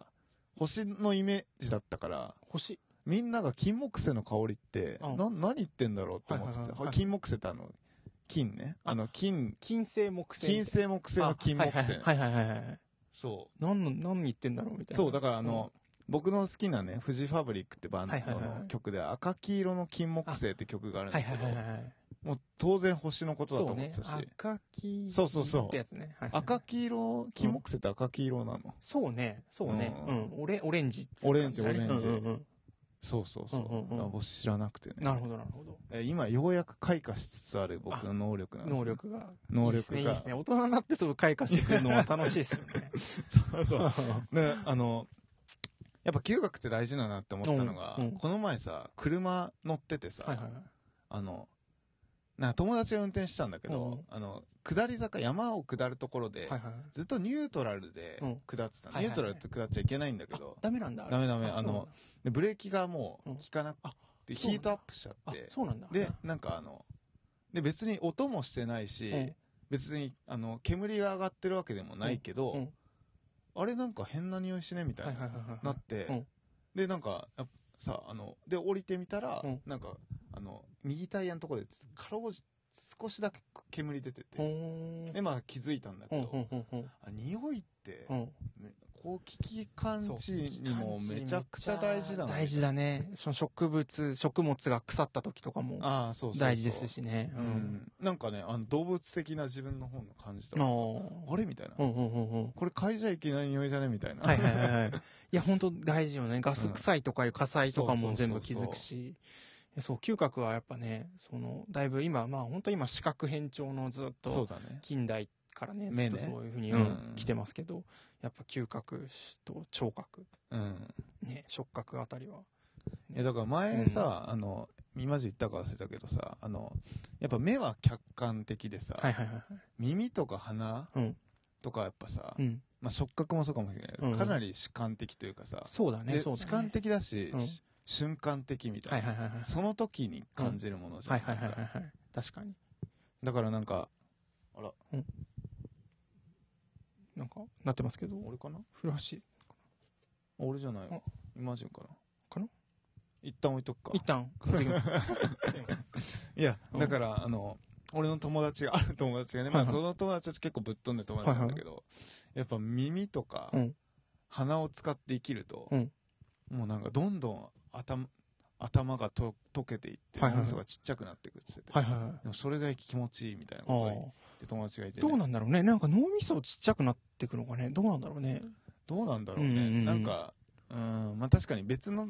[SPEAKER 4] 星のイメージだったから
[SPEAKER 3] 星。
[SPEAKER 4] みんなが金木犀の香りって、
[SPEAKER 3] うん
[SPEAKER 4] な何言ってんだろうって思って
[SPEAKER 3] はいはいはい
[SPEAKER 4] た金木犀ってあの金ねあの金
[SPEAKER 3] 金星木星。
[SPEAKER 4] 金星木星の金木犀、
[SPEAKER 3] あはいはいはいはいはいはい。
[SPEAKER 4] そ
[SPEAKER 3] 何の、何言ってんだろうみ
[SPEAKER 4] う。
[SPEAKER 3] たいな。
[SPEAKER 4] そう、だからあの、僕の好きなね、フジファブリックってバンド
[SPEAKER 3] はいはいはいは
[SPEAKER 4] の
[SPEAKER 3] い
[SPEAKER 4] 曲で、赤黄色の金木星って曲があるん
[SPEAKER 3] は
[SPEAKER 4] で
[SPEAKER 3] い
[SPEAKER 4] す
[SPEAKER 3] は
[SPEAKER 4] け
[SPEAKER 3] い
[SPEAKER 4] ど
[SPEAKER 3] はい、はい。
[SPEAKER 4] もう当然星のことだと
[SPEAKER 3] そう
[SPEAKER 4] 思っ
[SPEAKER 3] ね
[SPEAKER 4] てたし、。
[SPEAKER 3] 赤黄
[SPEAKER 4] そうそうそう
[SPEAKER 3] ってやつね。はいはい
[SPEAKER 4] 赤黄色、金木星って赤黄色なの。
[SPEAKER 3] そうね、そうね。
[SPEAKER 4] う
[SPEAKER 3] うんん。オレオレンジっつう感じだね
[SPEAKER 4] オレンジオレン
[SPEAKER 3] う
[SPEAKER 4] ジ
[SPEAKER 3] んうんうん
[SPEAKER 4] そうそうそう。
[SPEAKER 3] うんうんうん
[SPEAKER 4] だから僕知らなくてね。
[SPEAKER 3] なるほど、なるほど。
[SPEAKER 4] え今ようやく開花しつつある僕の能力なんですよ
[SPEAKER 3] 能。力が。
[SPEAKER 4] 能
[SPEAKER 3] いいですね、い
[SPEAKER 4] 力
[SPEAKER 3] いで
[SPEAKER 4] が。
[SPEAKER 3] すね。大人になってそう開花してくるのは楽しいですよね。
[SPEAKER 4] そ うそう。で、あの、やっぱ嗅覚って大事だなって思ったのが、
[SPEAKER 3] うんうん
[SPEAKER 4] この前さ、車乗っててさ、
[SPEAKER 3] はいはいはい。
[SPEAKER 4] あの、な友達が運転してたんだけど、
[SPEAKER 3] うん
[SPEAKER 4] あの、下り坂、山を下るところで、
[SPEAKER 3] はいはい。
[SPEAKER 4] ずっとニュートラルで
[SPEAKER 3] うん
[SPEAKER 4] 下ってた、
[SPEAKER 3] はいはいはい
[SPEAKER 4] ニュートラルって下っちゃいけないんだけ
[SPEAKER 3] あ
[SPEAKER 4] ど、
[SPEAKER 3] ダメなんだ。あれ
[SPEAKER 4] ダメダメ
[SPEAKER 3] そうなんだ
[SPEAKER 4] あのでブレーキがもう
[SPEAKER 3] うん
[SPEAKER 4] 効かなくて、
[SPEAKER 3] そう
[SPEAKER 4] ヒ
[SPEAKER 3] な
[SPEAKER 4] ー
[SPEAKER 3] んだ
[SPEAKER 4] トアップしちゃ
[SPEAKER 3] あ
[SPEAKER 4] っ、て、
[SPEAKER 3] そうなんだ。
[SPEAKER 4] で、なんかあの、で、別に音もしてないし、
[SPEAKER 3] うん
[SPEAKER 4] 別に、あの、煙が上がってるわけでもないけど、
[SPEAKER 3] うんうん
[SPEAKER 4] あれなんか変な匂いしねみたい
[SPEAKER 3] は
[SPEAKER 4] な、
[SPEAKER 3] いはいはいはい。
[SPEAKER 4] なって、
[SPEAKER 3] うん
[SPEAKER 4] で、なんか、やっぱさ、あの、で、降りてみたら、
[SPEAKER 3] うん
[SPEAKER 4] なんか、あの、右タイヤのとこで、つかろうじ、少しだけ煙出て
[SPEAKER 3] ほ
[SPEAKER 4] て、
[SPEAKER 3] ーん
[SPEAKER 4] で、まあ気づいたんだけ
[SPEAKER 3] うん
[SPEAKER 4] ど、
[SPEAKER 3] うんうんうん
[SPEAKER 4] あ匂いって、
[SPEAKER 3] うん。
[SPEAKER 4] ねこう危機感知にも
[SPEAKER 3] そう
[SPEAKER 4] めちゃくちゃ大事だな。
[SPEAKER 3] 大事だね。その植物、食物が腐った時とかも
[SPEAKER 4] ああ、そうそうそう
[SPEAKER 3] 大事です。しね。
[SPEAKER 4] う
[SPEAKER 3] うん
[SPEAKER 4] ん。なんかね、あの、動物的な自分の方の感じと
[SPEAKER 3] あ
[SPEAKER 4] か、
[SPEAKER 3] ー
[SPEAKER 4] あれみたいな。
[SPEAKER 3] うんうんうんうん。
[SPEAKER 4] これ嗅いじゃいけない匂いじゃねみたいな。
[SPEAKER 3] はいはいはいはい。いや、本当大事よね。ガス臭いとかいう火災とか
[SPEAKER 4] う
[SPEAKER 3] も
[SPEAKER 4] ん
[SPEAKER 3] 全部気づくし。いやそう、嗅覚はやっぱね、その、だいぶ今、まあ本当今視覚変調のずっ
[SPEAKER 4] そう
[SPEAKER 3] と、
[SPEAKER 4] だね。
[SPEAKER 3] 近代からね、ず
[SPEAKER 4] 目
[SPEAKER 3] っ
[SPEAKER 4] ね
[SPEAKER 3] とそういうふうに、
[SPEAKER 4] う
[SPEAKER 3] うんん、来てますけど、やっぱ嗅覚と聴覚、
[SPEAKER 4] うん。
[SPEAKER 3] ね、触覚あたりは。
[SPEAKER 4] いやだから前さ、あの、今じ言ったか忘れたけどさ、あの、やっぱ目は客観的でさ、
[SPEAKER 3] はいはいはいはい。
[SPEAKER 4] 耳とか鼻
[SPEAKER 3] うん。
[SPEAKER 4] とかやっぱさ、
[SPEAKER 3] うん。
[SPEAKER 4] まあ触覚もそうかもしれないけど、
[SPEAKER 3] うんうん
[SPEAKER 4] かなり主観的というかさ、
[SPEAKER 3] そうだね、
[SPEAKER 4] で
[SPEAKER 3] そうだね。
[SPEAKER 4] 主観的だし、
[SPEAKER 3] うん
[SPEAKER 4] し瞬間的みたいな、
[SPEAKER 3] はいはいはいはい。
[SPEAKER 4] その時に感じるものじゃん
[SPEAKER 3] はいはいはい
[SPEAKER 4] なん
[SPEAKER 3] は
[SPEAKER 4] か
[SPEAKER 3] いはい。確かに。
[SPEAKER 4] だからなんか、あら、
[SPEAKER 3] なんか、なってますけど、
[SPEAKER 4] 俺かな
[SPEAKER 3] 古橋、
[SPEAKER 4] 俺じゃないわ
[SPEAKER 3] あ。
[SPEAKER 4] 今じゃかな。
[SPEAKER 3] かな
[SPEAKER 4] 一旦置いとくか。
[SPEAKER 3] 一旦、持ってき ます。
[SPEAKER 4] いや、
[SPEAKER 3] うん
[SPEAKER 4] だから、あの、俺の友達が、ある友達がね、ま
[SPEAKER 3] は
[SPEAKER 4] あ
[SPEAKER 3] いはい
[SPEAKER 4] その友達は結構ぶっ飛んでる友達なんだけど、やっぱ耳とか
[SPEAKER 3] うん、
[SPEAKER 4] 鼻を使って生きると
[SPEAKER 3] うん、
[SPEAKER 4] もうなんかどんどん頭、頭がと溶けていって、
[SPEAKER 3] はいはい
[SPEAKER 4] 脳みそがちっちゃくなってくって言ってて
[SPEAKER 3] はいはいはい。
[SPEAKER 4] でもそれが気持ちいいみたいなことを言
[SPEAKER 3] あ
[SPEAKER 4] っ
[SPEAKER 3] あ。
[SPEAKER 4] て友達がいてね、
[SPEAKER 3] どうなんだろうね。なんか脳みそちっちゃくなってくのかね。どうなんだろうね。
[SPEAKER 4] どうなんだろう
[SPEAKER 3] うんうんう
[SPEAKER 4] ね。
[SPEAKER 3] ん
[SPEAKER 4] なんか、うん、まあ確かに別の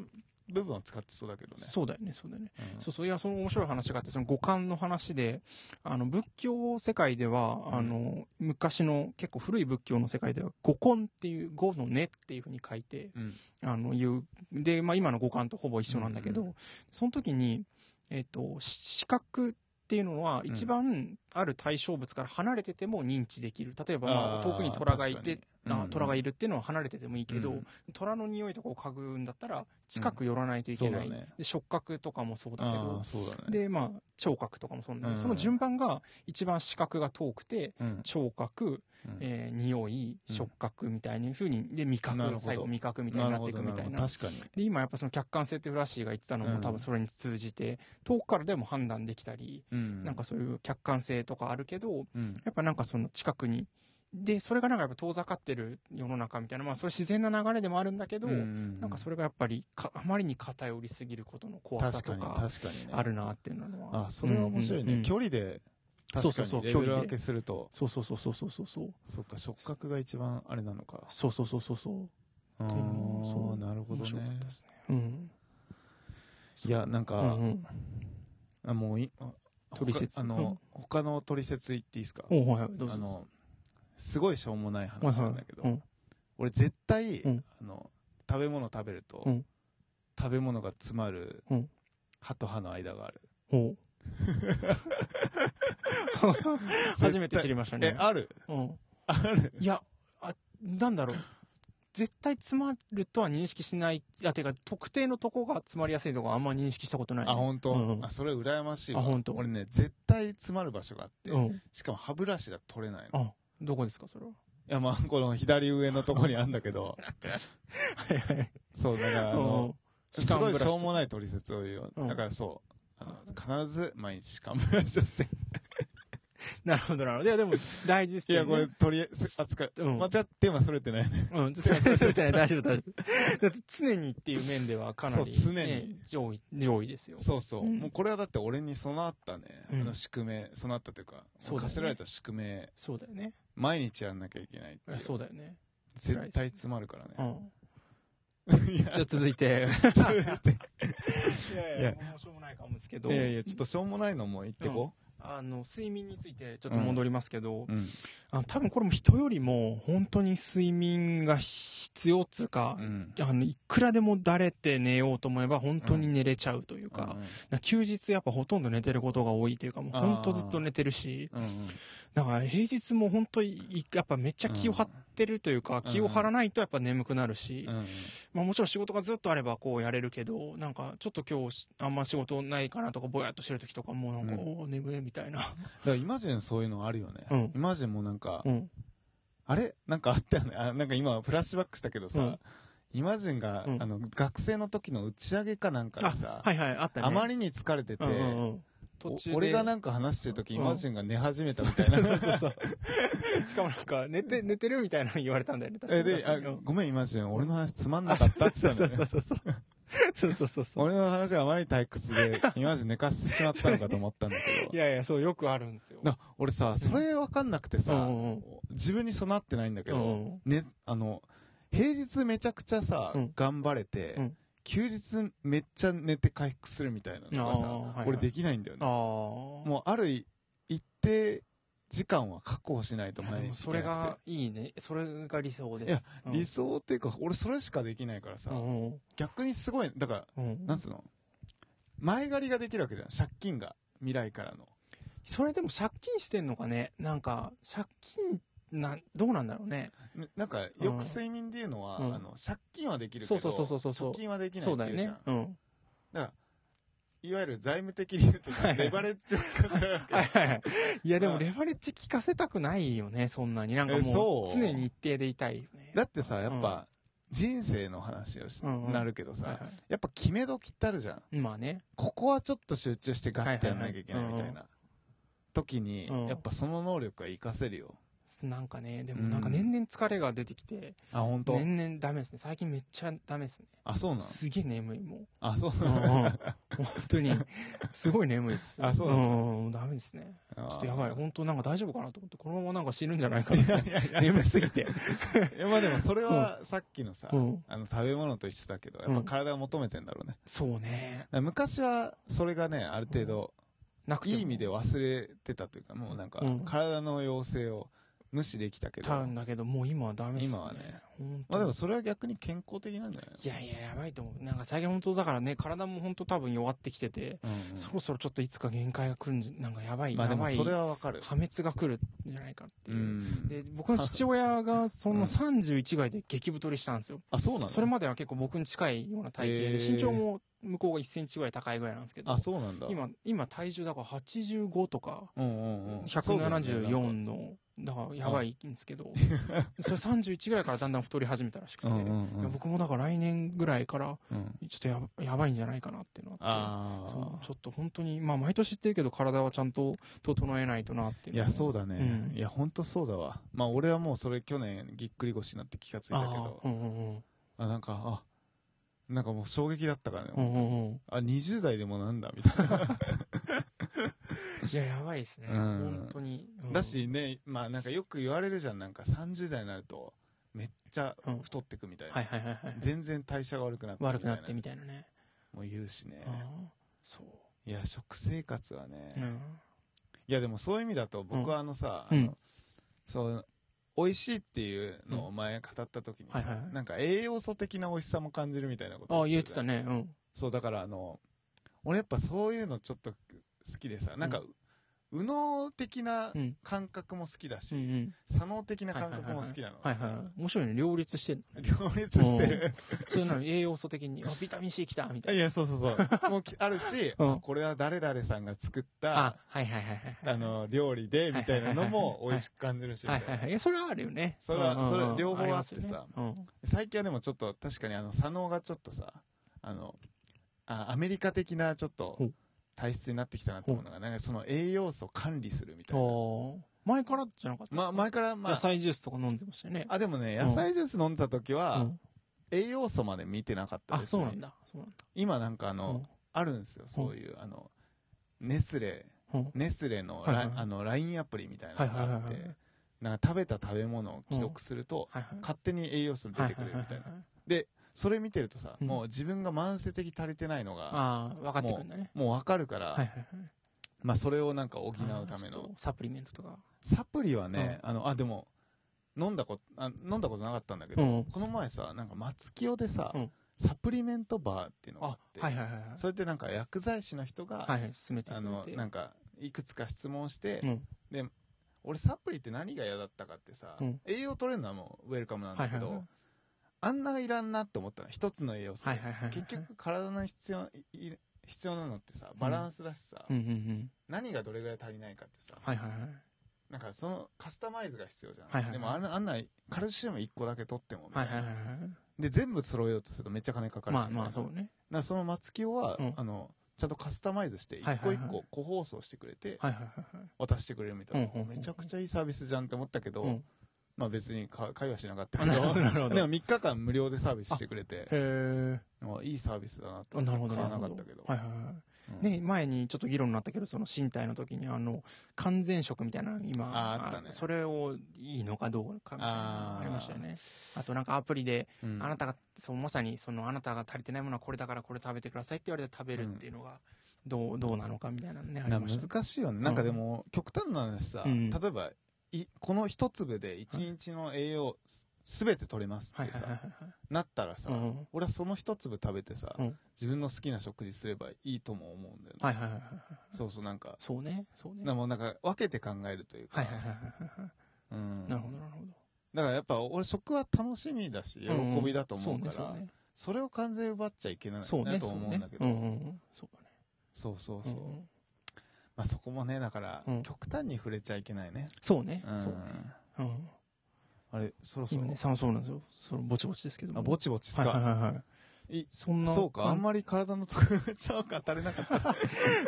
[SPEAKER 4] 部分を使ってそうだけどね。
[SPEAKER 3] そうだよね、そうだよね。
[SPEAKER 4] うん
[SPEAKER 3] そうそう。いや、その面白い話があって、その五感の話で、あの、仏教世界では、
[SPEAKER 4] うん
[SPEAKER 3] あの、昔の結構古い仏教の世界では、五根っていう、五の根っていうふうに書いて、
[SPEAKER 4] うん。
[SPEAKER 3] あの、言う。で、まあ今の五感とほぼ一緒なんだけど、
[SPEAKER 4] うん
[SPEAKER 3] その時に、えっ、と、し視覚っていうのは一番ある対象物から離れてても認知できる。例えば、ま
[SPEAKER 4] あ
[SPEAKER 3] あ
[SPEAKER 4] ー
[SPEAKER 3] 遠くに虎がい
[SPEAKER 4] 確か
[SPEAKER 3] て
[SPEAKER 4] に、
[SPEAKER 3] あ
[SPEAKER 4] うん
[SPEAKER 3] 虎がいるっていうのは離れててもいいけど、
[SPEAKER 4] うん
[SPEAKER 3] 虎の匂いとかを嗅ぐんだったら近く寄らないといけない、
[SPEAKER 4] うんそうだね
[SPEAKER 3] で触覚とかもそうだけ
[SPEAKER 4] あ
[SPEAKER 3] ど
[SPEAKER 4] あ、、そうだね。
[SPEAKER 3] でまあ聴覚とかもそうなんだけど、
[SPEAKER 4] うん
[SPEAKER 3] その順番が一番視覚が遠くて
[SPEAKER 4] うん、
[SPEAKER 3] 聴覚、
[SPEAKER 4] うん
[SPEAKER 3] えー匂い
[SPEAKER 4] うん
[SPEAKER 3] 触覚みたいにふうにで味覚
[SPEAKER 4] なるほど
[SPEAKER 3] 最後味覚みたいになっていくみたい
[SPEAKER 4] るほどるほ
[SPEAKER 3] な
[SPEAKER 4] ど確かに。
[SPEAKER 3] で今やっぱその客観性ってフラッシーが言ってたの
[SPEAKER 4] う
[SPEAKER 3] も
[SPEAKER 4] ん
[SPEAKER 3] 多分それに通じて、遠くからでも判断できたり、
[SPEAKER 4] うん
[SPEAKER 3] なんか、そういう客観性とかあるけど
[SPEAKER 4] うん。
[SPEAKER 3] やっぱなんかその近くにでそれがなんかやっぱ遠ざかってる世の中みたいなまあそれ自然な流れでもあるんだけど、
[SPEAKER 4] な
[SPEAKER 3] なんかそれがやっぱりかあまりに偏りすぎることの怖さ
[SPEAKER 4] 確
[SPEAKER 3] と
[SPEAKER 4] かに、
[SPEAKER 3] か
[SPEAKER 4] 確かにね。
[SPEAKER 3] あるなっていうのは
[SPEAKER 4] あ、それは面白いね。
[SPEAKER 3] うんうん
[SPEAKER 4] 距離で、
[SPEAKER 3] そ
[SPEAKER 4] 確
[SPEAKER 3] うそう
[SPEAKER 4] か
[SPEAKER 3] そう
[SPEAKER 4] にレベ
[SPEAKER 3] 距
[SPEAKER 4] ル
[SPEAKER 3] 離で
[SPEAKER 4] 分けすると、
[SPEAKER 3] そうそうそうそうそうそうそう
[SPEAKER 4] そっか、触覚が一番あれなのか。
[SPEAKER 3] そうそうそうそうそう
[SPEAKER 4] あ
[SPEAKER 3] っていうのも
[SPEAKER 4] ーなるほど
[SPEAKER 3] 面白かっ
[SPEAKER 4] ね
[SPEAKER 3] た。ですねうん
[SPEAKER 4] いや、なん
[SPEAKER 3] う
[SPEAKER 4] か
[SPEAKER 3] んう、ん
[SPEAKER 4] あもうい、あ
[SPEAKER 3] トリセツ
[SPEAKER 4] 他あの、他のトリセツ言っていいですか
[SPEAKER 3] おうはいどうぞ
[SPEAKER 4] あの、すごいしょうもない話なんだけど
[SPEAKER 3] はいは、
[SPEAKER 4] 俺絶対
[SPEAKER 3] うん、
[SPEAKER 4] あの、食べ物食べると
[SPEAKER 3] うん、
[SPEAKER 4] 食べ物が詰まる
[SPEAKER 3] うん、
[SPEAKER 4] 歯と歯の間がある。
[SPEAKER 3] いうん おう初めて知りました
[SPEAKER 4] え
[SPEAKER 3] ね、
[SPEAKER 4] ある
[SPEAKER 3] うん
[SPEAKER 4] ある
[SPEAKER 3] いやあなんだろう絶対詰まるとは認識しないあてか特定のとこが詰まりやすいとこあんま認識したことない、
[SPEAKER 4] あ、本当、
[SPEAKER 3] うんうん
[SPEAKER 4] あ、それ羨ましいわ。
[SPEAKER 3] あ本当
[SPEAKER 4] 俺ね、絶対詰まる場所があって、
[SPEAKER 3] うん
[SPEAKER 4] しかも歯ブラシが取れないの。い
[SPEAKER 3] あどこですかそれは
[SPEAKER 4] や、まあ、この左上のとこにあるんだ けど、
[SPEAKER 3] はいはい
[SPEAKER 4] そう、だから、あの、すごいしょうもない取説を言うよ。
[SPEAKER 3] うん
[SPEAKER 4] だからそう、あ
[SPEAKER 3] あ
[SPEAKER 4] の、必ず毎日歯間ブラシをして、
[SPEAKER 3] なるほど、なるほど。いや、でも、大事です
[SPEAKER 4] い
[SPEAKER 3] よ
[SPEAKER 4] や、
[SPEAKER 3] ね。
[SPEAKER 4] これ、取り扱い、
[SPEAKER 3] うん
[SPEAKER 4] 間違ってはそれてないね。
[SPEAKER 3] うん、そうそうそう大丈夫、大丈夫。だって常にっていう面ではかなり、ね、
[SPEAKER 4] そう常に
[SPEAKER 3] 上位、上位ですよ。
[SPEAKER 4] そうそう。
[SPEAKER 3] うん
[SPEAKER 4] もうこれはだって俺に備わったね、
[SPEAKER 3] うん
[SPEAKER 4] あの宿命、備わったというか、
[SPEAKER 3] そうだよね
[SPEAKER 4] 課せられた宿命、
[SPEAKER 3] そうだよね。
[SPEAKER 4] 毎日やんなきゃいけないっていう。
[SPEAKER 3] そうだよね。
[SPEAKER 4] 絶対詰まるからね
[SPEAKER 3] う。ん。
[SPEAKER 4] いや
[SPEAKER 3] じゃあ続い て。 いや
[SPEAKER 4] いや
[SPEAKER 3] もうしょうもないかもですけど
[SPEAKER 4] いやいや、ちょっとしょうもないのも言ってこ
[SPEAKER 3] あの、睡眠についてちょっと戻りますけど、
[SPEAKER 4] う。うん。
[SPEAKER 3] あの多分これも人よりも本当に睡眠が必要っつうか、
[SPEAKER 4] うん。
[SPEAKER 3] あの、いくらでもだれて寝ようと思えば本当に寝れちゃうというか、な休日やっぱほとんど寝てることが多いというか、もう本当ずっと寝てるし、
[SPEAKER 4] うん。うん。
[SPEAKER 3] だから平日も本当にやっぱめっちゃ気を張ってるというか、気を張らないとやっぱ眠くなるし、
[SPEAKER 4] うん。
[SPEAKER 3] まあもちろん仕事がずっとあればこうやれるけど、なんかちょっと今日しあんま仕事ないかなとかぼやっとしてる時とかもうなんか、
[SPEAKER 4] うん
[SPEAKER 3] おー眠いみたいな。
[SPEAKER 4] だからイマジンそういうのあるよね。
[SPEAKER 3] うん
[SPEAKER 4] イマジンもなんか、
[SPEAKER 3] うん。
[SPEAKER 4] あれなんかあったよね。あなんか今フラッシュバックしたけどさ、
[SPEAKER 3] うん
[SPEAKER 4] イマジンが、
[SPEAKER 3] うん
[SPEAKER 4] あの、学生の時の打ち上げかなんかでさ、
[SPEAKER 3] あ、はいはい、あったね。
[SPEAKER 4] あまりに疲れてて、
[SPEAKER 3] うんうんうん、途中で。
[SPEAKER 4] お俺がなん
[SPEAKER 3] か、
[SPEAKER 4] んか話してる時、
[SPEAKER 3] うん
[SPEAKER 4] イマジンが寝始めたみたい な。
[SPEAKER 3] しかもなんか、寝て、寝てるみたいなの言われたんだよね。確か
[SPEAKER 4] え
[SPEAKER 3] に
[SPEAKER 4] で、あ
[SPEAKER 3] 確かにうん
[SPEAKER 4] ごめんイマジン、俺の話つまんなかったって
[SPEAKER 3] そ
[SPEAKER 4] 言
[SPEAKER 3] う
[SPEAKER 4] って
[SPEAKER 3] そ
[SPEAKER 4] た
[SPEAKER 3] うん
[SPEAKER 4] だよ
[SPEAKER 3] そうそう。そ
[SPEAKER 4] ね。
[SPEAKER 3] うそうそうそう。
[SPEAKER 4] 俺の話があまりに退屈で、イマジン寝かせてしまったのかと思ったんだけ
[SPEAKER 3] い
[SPEAKER 4] ど。
[SPEAKER 3] やいや、そう、よくあるんですよ。
[SPEAKER 4] な俺さ、それわかんなくてさ、
[SPEAKER 3] うんうん
[SPEAKER 4] 自分に備わってないんだけど、
[SPEAKER 3] うんうん
[SPEAKER 4] ね、あの、平日めちゃくちゃさ、
[SPEAKER 3] うん
[SPEAKER 4] 頑張れて、
[SPEAKER 3] うん
[SPEAKER 4] 休日めっちゃ寝て回復するみたいなのがさ、
[SPEAKER 3] あーはいはい
[SPEAKER 4] 俺できないんだよ
[SPEAKER 3] ああ。
[SPEAKER 4] ね。もうある一定時間は確保しないと
[SPEAKER 3] いや
[SPEAKER 4] 毎
[SPEAKER 3] でも
[SPEAKER 4] 日い
[SPEAKER 3] そ
[SPEAKER 4] け
[SPEAKER 3] れ
[SPEAKER 4] なく
[SPEAKER 3] がいいね。それが理想です。
[SPEAKER 4] いや
[SPEAKER 3] うん
[SPEAKER 4] て。理想っていうか、俺それしかできないからさ、
[SPEAKER 3] うんうん
[SPEAKER 4] 逆にすごい、だか
[SPEAKER 3] う
[SPEAKER 4] ら、
[SPEAKER 3] ん
[SPEAKER 4] なんつうの前借りができるわけじゃん。借金が。未来からの。
[SPEAKER 3] それでも借金してんのかねなんか、借金、なん、どうなんだろうね。
[SPEAKER 4] ねなんか、
[SPEAKER 3] うん
[SPEAKER 4] よく睡眠でいうのは、
[SPEAKER 3] うん
[SPEAKER 4] あの、借金はできるけど、
[SPEAKER 3] そうそうそうそうそう
[SPEAKER 4] 貯金はできないってい
[SPEAKER 3] そう
[SPEAKER 4] うじ
[SPEAKER 3] だよ
[SPEAKER 4] ゃん。
[SPEAKER 3] ね。うん。
[SPEAKER 4] いわゆる財務的理由と
[SPEAKER 3] はい
[SPEAKER 4] か、
[SPEAKER 3] はい
[SPEAKER 4] レバレッジをかけられるわけ
[SPEAKER 3] はいはいはい。いやで
[SPEAKER 4] う
[SPEAKER 3] も
[SPEAKER 4] ん
[SPEAKER 3] レバレッジ聞かせたくないよね、そんなに。なんか
[SPEAKER 4] え
[SPEAKER 3] も、
[SPEAKER 4] そうう
[SPEAKER 3] 常に一定でいたいよね。
[SPEAKER 4] だってさ、やっぱ、人生の話をし、
[SPEAKER 3] うんうん
[SPEAKER 4] なるけどさ、
[SPEAKER 3] はいは
[SPEAKER 4] やっぱ決め時ってあるじゃん。
[SPEAKER 3] いまあね。
[SPEAKER 4] ここはちょっと集中してガッてやんなきゃいけないみたいな。
[SPEAKER 3] はいはい
[SPEAKER 4] 時に、
[SPEAKER 3] うん
[SPEAKER 4] やっぱその能力は活かせるよ。
[SPEAKER 3] なんかね、でもなんか年々疲れが出てきて、
[SPEAKER 4] あ、本当。
[SPEAKER 3] 年々ダメですね。最近めっちゃダメですね。
[SPEAKER 4] あ、そうなの
[SPEAKER 3] すげえ眠い、もう。
[SPEAKER 4] あ、そう
[SPEAKER 3] うん
[SPEAKER 4] な
[SPEAKER 3] うん
[SPEAKER 4] の
[SPEAKER 3] 本当に、すごい眠いです。
[SPEAKER 4] あそうな
[SPEAKER 3] うんうん、ダメですね。
[SPEAKER 4] ちょ
[SPEAKER 3] ちょっとやばい。
[SPEAKER 4] い
[SPEAKER 3] 本当なんか大丈夫かなと思って、このままなんか死ぬんじゃないかな。眠すぎて。
[SPEAKER 4] や。まあでもそれはさっきのさ、
[SPEAKER 3] うん
[SPEAKER 4] あの食べ物と一緒だけど、やっぱ体が求めてんだろうね。
[SPEAKER 3] そうね。
[SPEAKER 4] だから昔はそれがね、ある程度、
[SPEAKER 3] なくても
[SPEAKER 4] いい意味で忘れてたというか、もうなんか
[SPEAKER 3] うん、
[SPEAKER 4] 体の要請を無視できたけ
[SPEAKER 3] ち
[SPEAKER 4] ど、
[SPEAKER 3] ゃうんだけど、もう今はダメですね。
[SPEAKER 4] 今はね
[SPEAKER 3] 本当
[SPEAKER 4] まあでもそれは逆に健康的なんじゃない
[SPEAKER 3] いやいや、やばいと思う。なんか最近本当だからね、体も本当多分弱ってきてて、
[SPEAKER 4] うんうん
[SPEAKER 3] そろそろちょっといつか限界が来るんじゃ、なんかやばい、
[SPEAKER 4] まあで
[SPEAKER 3] や
[SPEAKER 4] も
[SPEAKER 3] ばい、
[SPEAKER 4] それ
[SPEAKER 3] 破
[SPEAKER 4] はわかる。
[SPEAKER 3] 滅が来るんじゃないかって
[SPEAKER 4] う
[SPEAKER 3] いう。
[SPEAKER 4] ん。
[SPEAKER 3] で、僕の父親がそ
[SPEAKER 4] うん
[SPEAKER 3] の31ぐらいで激太りしたんですよ。
[SPEAKER 4] あ、そうなの
[SPEAKER 3] それまでは結構僕に近いような体型
[SPEAKER 4] へ
[SPEAKER 3] で、
[SPEAKER 4] ー
[SPEAKER 3] 身長も向こうが1センチぐらい高いぐらいなんですけど、
[SPEAKER 4] あ、そうなんだ。
[SPEAKER 3] 今、今体重だから85とか、
[SPEAKER 4] うんうんうん。
[SPEAKER 3] 174の、だからやばいんですけど、それ31ぐらいからだんだん太り始めたらしく
[SPEAKER 4] う
[SPEAKER 3] て、
[SPEAKER 4] んうん
[SPEAKER 3] いや僕もだから来年ぐらいから、
[SPEAKER 4] うん。うん
[SPEAKER 3] ちょっとやばやばいんじゃないかなっていうのがあって。そ
[SPEAKER 4] あ
[SPEAKER 3] うちょっと本当に、まあ毎年言ってるけど体はちゃんと整えないとなってい
[SPEAKER 4] あ。
[SPEAKER 3] う。
[SPEAKER 4] いや、そう
[SPEAKER 3] だ
[SPEAKER 4] だね。
[SPEAKER 3] うん
[SPEAKER 4] いや、ほんとそうだわ。まあ俺はもうそれ去年ぎっくり腰になって気がついたけど、
[SPEAKER 3] うんうんうん。
[SPEAKER 4] あ、なんか、あ、なんかもう衝撃だったからね。
[SPEAKER 3] うんうんうん。
[SPEAKER 4] あ、20代でもなんだ、みたいな。
[SPEAKER 3] いや、やばいですね。
[SPEAKER 4] うん
[SPEAKER 3] 本当に。うん
[SPEAKER 4] だ、しね、まあなんかよく言われるじゃん、なんか30代になると、めっちゃ
[SPEAKER 3] うん
[SPEAKER 4] 太ってくみたいな。
[SPEAKER 3] はいはいはいはい。
[SPEAKER 4] 全然代謝が悪くなって
[SPEAKER 3] 悪くなってみ
[SPEAKER 4] み
[SPEAKER 3] たいなね。
[SPEAKER 4] たいなもう言うしね。
[SPEAKER 3] ああそう。
[SPEAKER 4] いや、食生活はね、
[SPEAKER 3] うん
[SPEAKER 4] いやでもそういう意味だと僕はあのさ、
[SPEAKER 3] うん
[SPEAKER 4] あのそう、美味しいっていうのを前語った時にさ、
[SPEAKER 3] うんはいはい
[SPEAKER 4] なんか栄養素的な美味しさも感じるみたいなこと
[SPEAKER 3] あ
[SPEAKER 4] を
[SPEAKER 3] あ、
[SPEAKER 4] 言
[SPEAKER 3] 言
[SPEAKER 4] っ
[SPEAKER 3] ってて
[SPEAKER 4] たじ
[SPEAKER 3] た
[SPEAKER 4] ゃん
[SPEAKER 3] ね。うん。
[SPEAKER 4] そう、だからあの、俺やっぱそういうのちょっと好きでさ、なんか、
[SPEAKER 3] う
[SPEAKER 4] 右脳的な
[SPEAKER 3] うん。
[SPEAKER 4] 感覚も好きだし、
[SPEAKER 3] うんうん。
[SPEAKER 4] 左脳的な感覚も好きなの。
[SPEAKER 3] はいはいはい。面白いね。両立してんの。
[SPEAKER 4] 両立してる。
[SPEAKER 3] そういうの に栄養素的に、あ、ビタミン C 来たみたい
[SPEAKER 4] い
[SPEAKER 3] な。
[SPEAKER 4] や、そうそうそう。もうきあるし、
[SPEAKER 3] うん
[SPEAKER 4] あこれは誰々さんが作っ
[SPEAKER 3] あ
[SPEAKER 4] た、、
[SPEAKER 3] はいはいはいはい。
[SPEAKER 4] あの、料理で、みたいなのも美味しく感じるし、み
[SPEAKER 3] は
[SPEAKER 4] た
[SPEAKER 3] い
[SPEAKER 4] い
[SPEAKER 3] はい
[SPEAKER 4] な
[SPEAKER 3] はい。いや、それはあるよね。
[SPEAKER 4] それは
[SPEAKER 3] うんうんうん
[SPEAKER 4] それ両方あっ
[SPEAKER 3] り
[SPEAKER 4] て
[SPEAKER 3] ますよね
[SPEAKER 4] さ
[SPEAKER 3] うん。
[SPEAKER 4] 最近はでもちょっと、確かにあの、左脳がちょっとさ、あの、あアメリカ的なちょっと
[SPEAKER 3] ほう、
[SPEAKER 4] 体質になってきたなと思うのが、なんかその栄養素を管理するみたいな。
[SPEAKER 3] お前からじゃなかったです
[SPEAKER 4] ま
[SPEAKER 3] か、
[SPEAKER 4] あ、前から、ま
[SPEAKER 3] 野
[SPEAKER 4] あ、
[SPEAKER 3] 菜ジュースとか飲んでましたよね。
[SPEAKER 4] あ、でもね、
[SPEAKER 3] うん
[SPEAKER 4] 野菜ジュース飲んでた時は、
[SPEAKER 3] うん
[SPEAKER 4] 栄養素まで見てなかった
[SPEAKER 3] あ、
[SPEAKER 4] です
[SPEAKER 3] そう
[SPEAKER 4] ね。
[SPEAKER 3] なんだ。そうなんだ。
[SPEAKER 4] 今なんかあ
[SPEAKER 3] う
[SPEAKER 4] の
[SPEAKER 3] ん、
[SPEAKER 4] あるんですよ、そういう、あの、ネスレ、
[SPEAKER 3] うん
[SPEAKER 4] ネスレの
[SPEAKER 3] はいはい
[SPEAKER 4] ラ、あの、LINE アプリみたいなのがあっ
[SPEAKER 3] はいはい
[SPEAKER 4] て
[SPEAKER 3] はいはい、
[SPEAKER 4] なんか食べた食べ物を既読すると、
[SPEAKER 3] はいはい。
[SPEAKER 4] 勝手に栄養素出てくれるみたいな
[SPEAKER 3] は。ははは
[SPEAKER 4] それ見てるとさ、
[SPEAKER 3] うん
[SPEAKER 4] もう自分が慢性的に足りてないのが、
[SPEAKER 3] ああ、分かってくるんだね。
[SPEAKER 4] もうわかるか
[SPEAKER 3] はい
[SPEAKER 4] ら、
[SPEAKER 3] はいはい。
[SPEAKER 4] まあそれをなんか補うた
[SPEAKER 3] あー
[SPEAKER 4] め
[SPEAKER 3] ちょっ
[SPEAKER 4] の
[SPEAKER 3] と。サプリメントとか。
[SPEAKER 4] サプリはね、あの、あ、でも、飲んだこと、あ飲んだことなかったんだけ
[SPEAKER 3] う
[SPEAKER 4] ど、
[SPEAKER 3] ん。
[SPEAKER 4] この前さ、なんか松清でさ
[SPEAKER 3] うん、
[SPEAKER 4] サプリメントバーっていうのがあ
[SPEAKER 3] あ
[SPEAKER 4] っ、て、
[SPEAKER 3] はいはいはいはい。
[SPEAKER 4] それってなんか薬剤師の人が、
[SPEAKER 3] はいはい、進めてくれ
[SPEAKER 4] あ
[SPEAKER 3] て
[SPEAKER 4] のなんかいくつか質問して、
[SPEAKER 3] うん。
[SPEAKER 4] 俺サプリって何が嫌だったかってさ、
[SPEAKER 3] うん
[SPEAKER 4] 栄養取れるのはもうウェルカムなんだけ
[SPEAKER 3] は
[SPEAKER 4] ど、
[SPEAKER 3] いはいはい
[SPEAKER 4] あんないらんなって思ったの一つの栄養素で、
[SPEAKER 3] はいはいはい。
[SPEAKER 4] 結、局体の必要いい必要なのってさバランスだしさ、
[SPEAKER 3] うんうんうん。
[SPEAKER 4] 何がどれぐらい足りないかってさ、
[SPEAKER 3] はいはいはい。
[SPEAKER 4] なんかそのカスタマイズが必要じゃん、
[SPEAKER 3] はいはいはい
[SPEAKER 4] でもあんなあんなカルシウム1個だけ取ってもみた
[SPEAKER 3] はいい
[SPEAKER 4] な、
[SPEAKER 3] はいはいは
[SPEAKER 4] で全部揃えようとするとめっちゃ金かか
[SPEAKER 3] い。
[SPEAKER 4] るし
[SPEAKER 3] まあ
[SPEAKER 4] みたい
[SPEAKER 3] ま
[SPEAKER 4] な
[SPEAKER 3] あ、そうね。
[SPEAKER 4] だからその松清は、
[SPEAKER 3] うん
[SPEAKER 4] あのちゃんとカスタマイズして
[SPEAKER 3] はい
[SPEAKER 4] 一
[SPEAKER 3] はいは
[SPEAKER 4] 個
[SPEAKER 3] い
[SPEAKER 4] 一個個包装してくれて、
[SPEAKER 3] はいはいはいはい。
[SPEAKER 4] 渡してくれるみたい
[SPEAKER 3] う
[SPEAKER 4] な、
[SPEAKER 3] んうんうん
[SPEAKER 4] めちゃくちゃいいサービスじゃんって思ったけど、
[SPEAKER 3] うん
[SPEAKER 4] まあ別にか会話しなかった
[SPEAKER 3] あ
[SPEAKER 4] けど
[SPEAKER 3] なるほど、 なるほど。
[SPEAKER 4] で
[SPEAKER 3] へ
[SPEAKER 4] も3日間無料でサービスしてくれて、
[SPEAKER 3] え。
[SPEAKER 4] まあいいサービスだなと
[SPEAKER 3] あなるほど。
[SPEAKER 4] 買わ
[SPEAKER 3] る
[SPEAKER 4] な
[SPEAKER 3] ほ
[SPEAKER 4] か
[SPEAKER 3] ど
[SPEAKER 4] ったけど。
[SPEAKER 3] はいはいはい。
[SPEAKER 4] うん
[SPEAKER 3] ね、前にちょっと議論になったけど、その身体の時に、あの、完全食みたいな、今、
[SPEAKER 4] あーあったね
[SPEAKER 3] それをいいのかどうかみたいな
[SPEAKER 4] あ、ー
[SPEAKER 3] ありましたよね。あとなんかアプリで、
[SPEAKER 4] うん
[SPEAKER 3] あなたが、そう、まさに、その、あなたが足りてないものはこれだからこれ食べてくださいって言われて食べるっていうのが、どう、どうなのかみたいなのね、あり
[SPEAKER 4] な
[SPEAKER 3] ましたね。
[SPEAKER 4] 難しいよね、なんかでも極端な話さ、
[SPEAKER 3] うん
[SPEAKER 4] 例えばいこの一粒で1日の栄養すべて取れます
[SPEAKER 3] は
[SPEAKER 4] っ
[SPEAKER 3] いは
[SPEAKER 4] て
[SPEAKER 3] い
[SPEAKER 4] さ、
[SPEAKER 3] はいはい。
[SPEAKER 4] なったらさ、
[SPEAKER 3] うん
[SPEAKER 4] 俺はその一粒食べてさ、
[SPEAKER 3] うん
[SPEAKER 4] 自分の好きな食事すればいいとも思うんだよね、
[SPEAKER 3] はいはいはいはい。
[SPEAKER 4] そうそうなんか
[SPEAKER 3] そうね、そうね。
[SPEAKER 4] なもうなんか分けて考えるというか、
[SPEAKER 3] はいはいはいはいは
[SPEAKER 4] う
[SPEAKER 3] い。
[SPEAKER 4] ん、
[SPEAKER 3] なるほど、なるほど。
[SPEAKER 4] だからやっぱ俺食は楽しみだし喜びだと思うから、
[SPEAKER 3] そ
[SPEAKER 4] そ
[SPEAKER 3] ね、
[SPEAKER 4] れを完全に奪っちゃいけないなと
[SPEAKER 3] そうね。そう
[SPEAKER 4] 思うん
[SPEAKER 3] ね
[SPEAKER 4] だけ。ど
[SPEAKER 3] う
[SPEAKER 4] そうん
[SPEAKER 3] うんうん。そうだね。
[SPEAKER 4] そうそう
[SPEAKER 3] うんうん
[SPEAKER 4] まあ、そこもねだから、
[SPEAKER 3] うん
[SPEAKER 4] 極端に触れちゃいけないね、
[SPEAKER 3] そうね
[SPEAKER 4] う。ん
[SPEAKER 3] そうね。うん。
[SPEAKER 4] あれそろそろ、
[SPEAKER 3] 今ね、さそうなんですよ。そのぼちぼちですけども。
[SPEAKER 4] あぼちぼちっすか、
[SPEAKER 3] はいはいはいはい。
[SPEAKER 4] い
[SPEAKER 3] そんな。
[SPEAKER 4] そうかあん
[SPEAKER 3] ま
[SPEAKER 4] まり体の特徴が足りなかった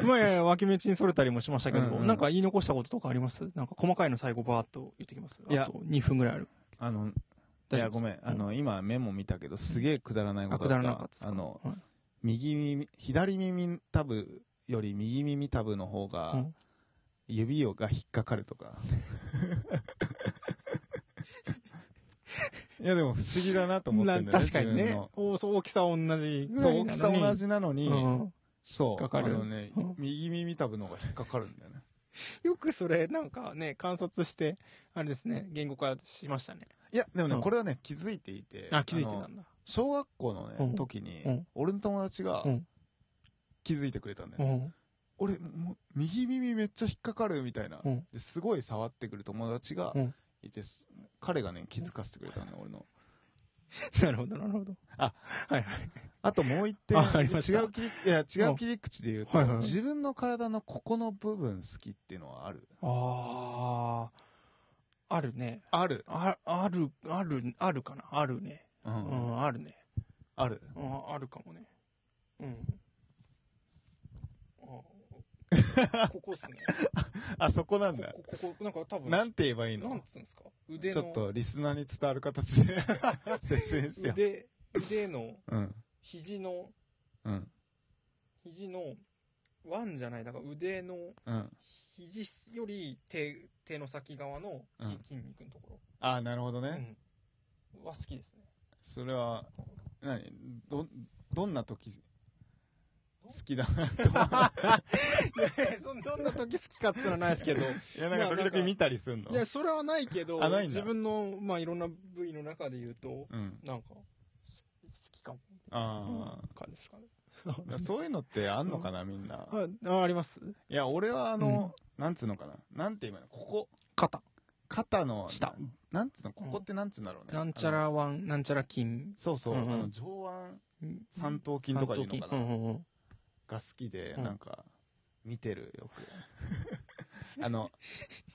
[SPEAKER 3] り。まあいやいや、脇道にそれたりもしましたけど、
[SPEAKER 4] うんうん
[SPEAKER 3] なんか言い残したこととかありますなんか細かいの最後バーっと言ってきます。
[SPEAKER 4] いや
[SPEAKER 3] あと2分ぐらいある。
[SPEAKER 4] あのい
[SPEAKER 3] 大丈夫で
[SPEAKER 4] やご
[SPEAKER 3] す
[SPEAKER 4] めんあの、今メモ見たけどすげえくだらない
[SPEAKER 3] あ、
[SPEAKER 4] こと
[SPEAKER 3] く
[SPEAKER 4] だ
[SPEAKER 3] だ
[SPEAKER 4] っ
[SPEAKER 3] ら
[SPEAKER 4] た
[SPEAKER 3] なかったですか
[SPEAKER 4] あの、
[SPEAKER 3] はい
[SPEAKER 4] 右耳左耳タブより右耳タブの方
[SPEAKER 3] う
[SPEAKER 4] が
[SPEAKER 3] ん
[SPEAKER 4] 指をが引っかかるとか いやでも不思議だなと思って
[SPEAKER 3] なん
[SPEAKER 4] だよね
[SPEAKER 3] 確かに
[SPEAKER 4] 自
[SPEAKER 3] ね
[SPEAKER 4] 分の。
[SPEAKER 3] おそう大きさ同じぐらいなのに。
[SPEAKER 4] そう大きさ同じなの
[SPEAKER 3] う
[SPEAKER 4] に、
[SPEAKER 3] ん。
[SPEAKER 4] そう
[SPEAKER 3] 引っかかる
[SPEAKER 4] あのね、
[SPEAKER 3] うん
[SPEAKER 4] 右耳タブの方が引っかかるんだよね
[SPEAKER 3] よくそれ、なんかね、観察して、あれですね、言語化しましたね。
[SPEAKER 4] いやでもね、
[SPEAKER 3] うん
[SPEAKER 4] これはね気づいていて
[SPEAKER 3] あ、気づいてた
[SPEAKER 4] あの
[SPEAKER 3] んだ。
[SPEAKER 4] 小学校のね、
[SPEAKER 3] うん
[SPEAKER 4] 時に、
[SPEAKER 3] うん
[SPEAKER 4] 俺の友達が
[SPEAKER 3] うん
[SPEAKER 4] 気づいてくれたんだよね、
[SPEAKER 3] うん。
[SPEAKER 4] 俺もう右耳めっちゃ引っかかるみたいな、
[SPEAKER 3] うん
[SPEAKER 4] ですごい触ってくる友達が
[SPEAKER 3] うん
[SPEAKER 4] いて、す彼がね気づかせてくれたのよ俺の
[SPEAKER 3] なるほど、なるほど。
[SPEAKER 4] あ、
[SPEAKER 3] はいはい。
[SPEAKER 4] あともう一 点
[SPEAKER 3] あありました
[SPEAKER 4] 違う切りいや違う切り口で言うと、
[SPEAKER 3] はいはい
[SPEAKER 4] 自分の体のここの部分好きっていうのはある
[SPEAKER 3] ああ、あるね。
[SPEAKER 4] ある
[SPEAKER 3] あ、ある、ある、あるかな。あるね。
[SPEAKER 4] う、
[SPEAKER 3] うんん、あるね。
[SPEAKER 4] ある
[SPEAKER 3] うん、あるかもね。うん。あここっすね。
[SPEAKER 4] あそこな
[SPEAKER 3] こ
[SPEAKER 4] んだ
[SPEAKER 3] こ、ここ、なんか多分、
[SPEAKER 4] なんて言えばいい
[SPEAKER 3] な
[SPEAKER 4] の
[SPEAKER 3] んつうんですか腕の、
[SPEAKER 4] ちょっとリスナーに伝わる形で 説明しよ
[SPEAKER 3] 腕、腕の、
[SPEAKER 4] ううん
[SPEAKER 3] 肘の、
[SPEAKER 4] うん
[SPEAKER 3] 肘の、ワンじゃない、だから腕の、
[SPEAKER 4] うん
[SPEAKER 3] 肘より手、手の先側の筋
[SPEAKER 4] うん
[SPEAKER 3] 筋肉のとこ
[SPEAKER 4] ああなるほどね、
[SPEAKER 3] ろ。うん。は好きですね。
[SPEAKER 4] それは何どどんな時好きだなと 思う
[SPEAKER 3] いやいやそんどんな時好きかっていうのはないですけど、
[SPEAKER 4] いや、なんか時々見たりすんの、
[SPEAKER 3] いや、それはないけど
[SPEAKER 4] あないんだ
[SPEAKER 3] 自分の、まあ、いろんな部位の中で言うと、
[SPEAKER 4] うん。
[SPEAKER 3] なんか、す好きかも。
[SPEAKER 4] あ
[SPEAKER 3] 感じですかね。
[SPEAKER 4] あ。そういうのってあんのかな、みんな。
[SPEAKER 3] あ、 ああります
[SPEAKER 4] いや、俺はあの、なんつうのかな。なんて言えばいいのここ、
[SPEAKER 3] 肩。
[SPEAKER 4] 肩の、
[SPEAKER 3] 下
[SPEAKER 4] ななんつうのここってなんつうんだろうね。
[SPEAKER 3] なんちゃ
[SPEAKER 4] あの。
[SPEAKER 3] ら腕、なんちゃら筋。
[SPEAKER 4] そうそう。
[SPEAKER 3] う
[SPEAKER 4] あ
[SPEAKER 3] んうん
[SPEAKER 4] の、上腕三頭筋とかいうのか
[SPEAKER 3] 三頭筋う
[SPEAKER 4] な。
[SPEAKER 3] んうんうん。
[SPEAKER 4] が好きで、
[SPEAKER 3] うん
[SPEAKER 4] なんか、見てる、よく。あ の、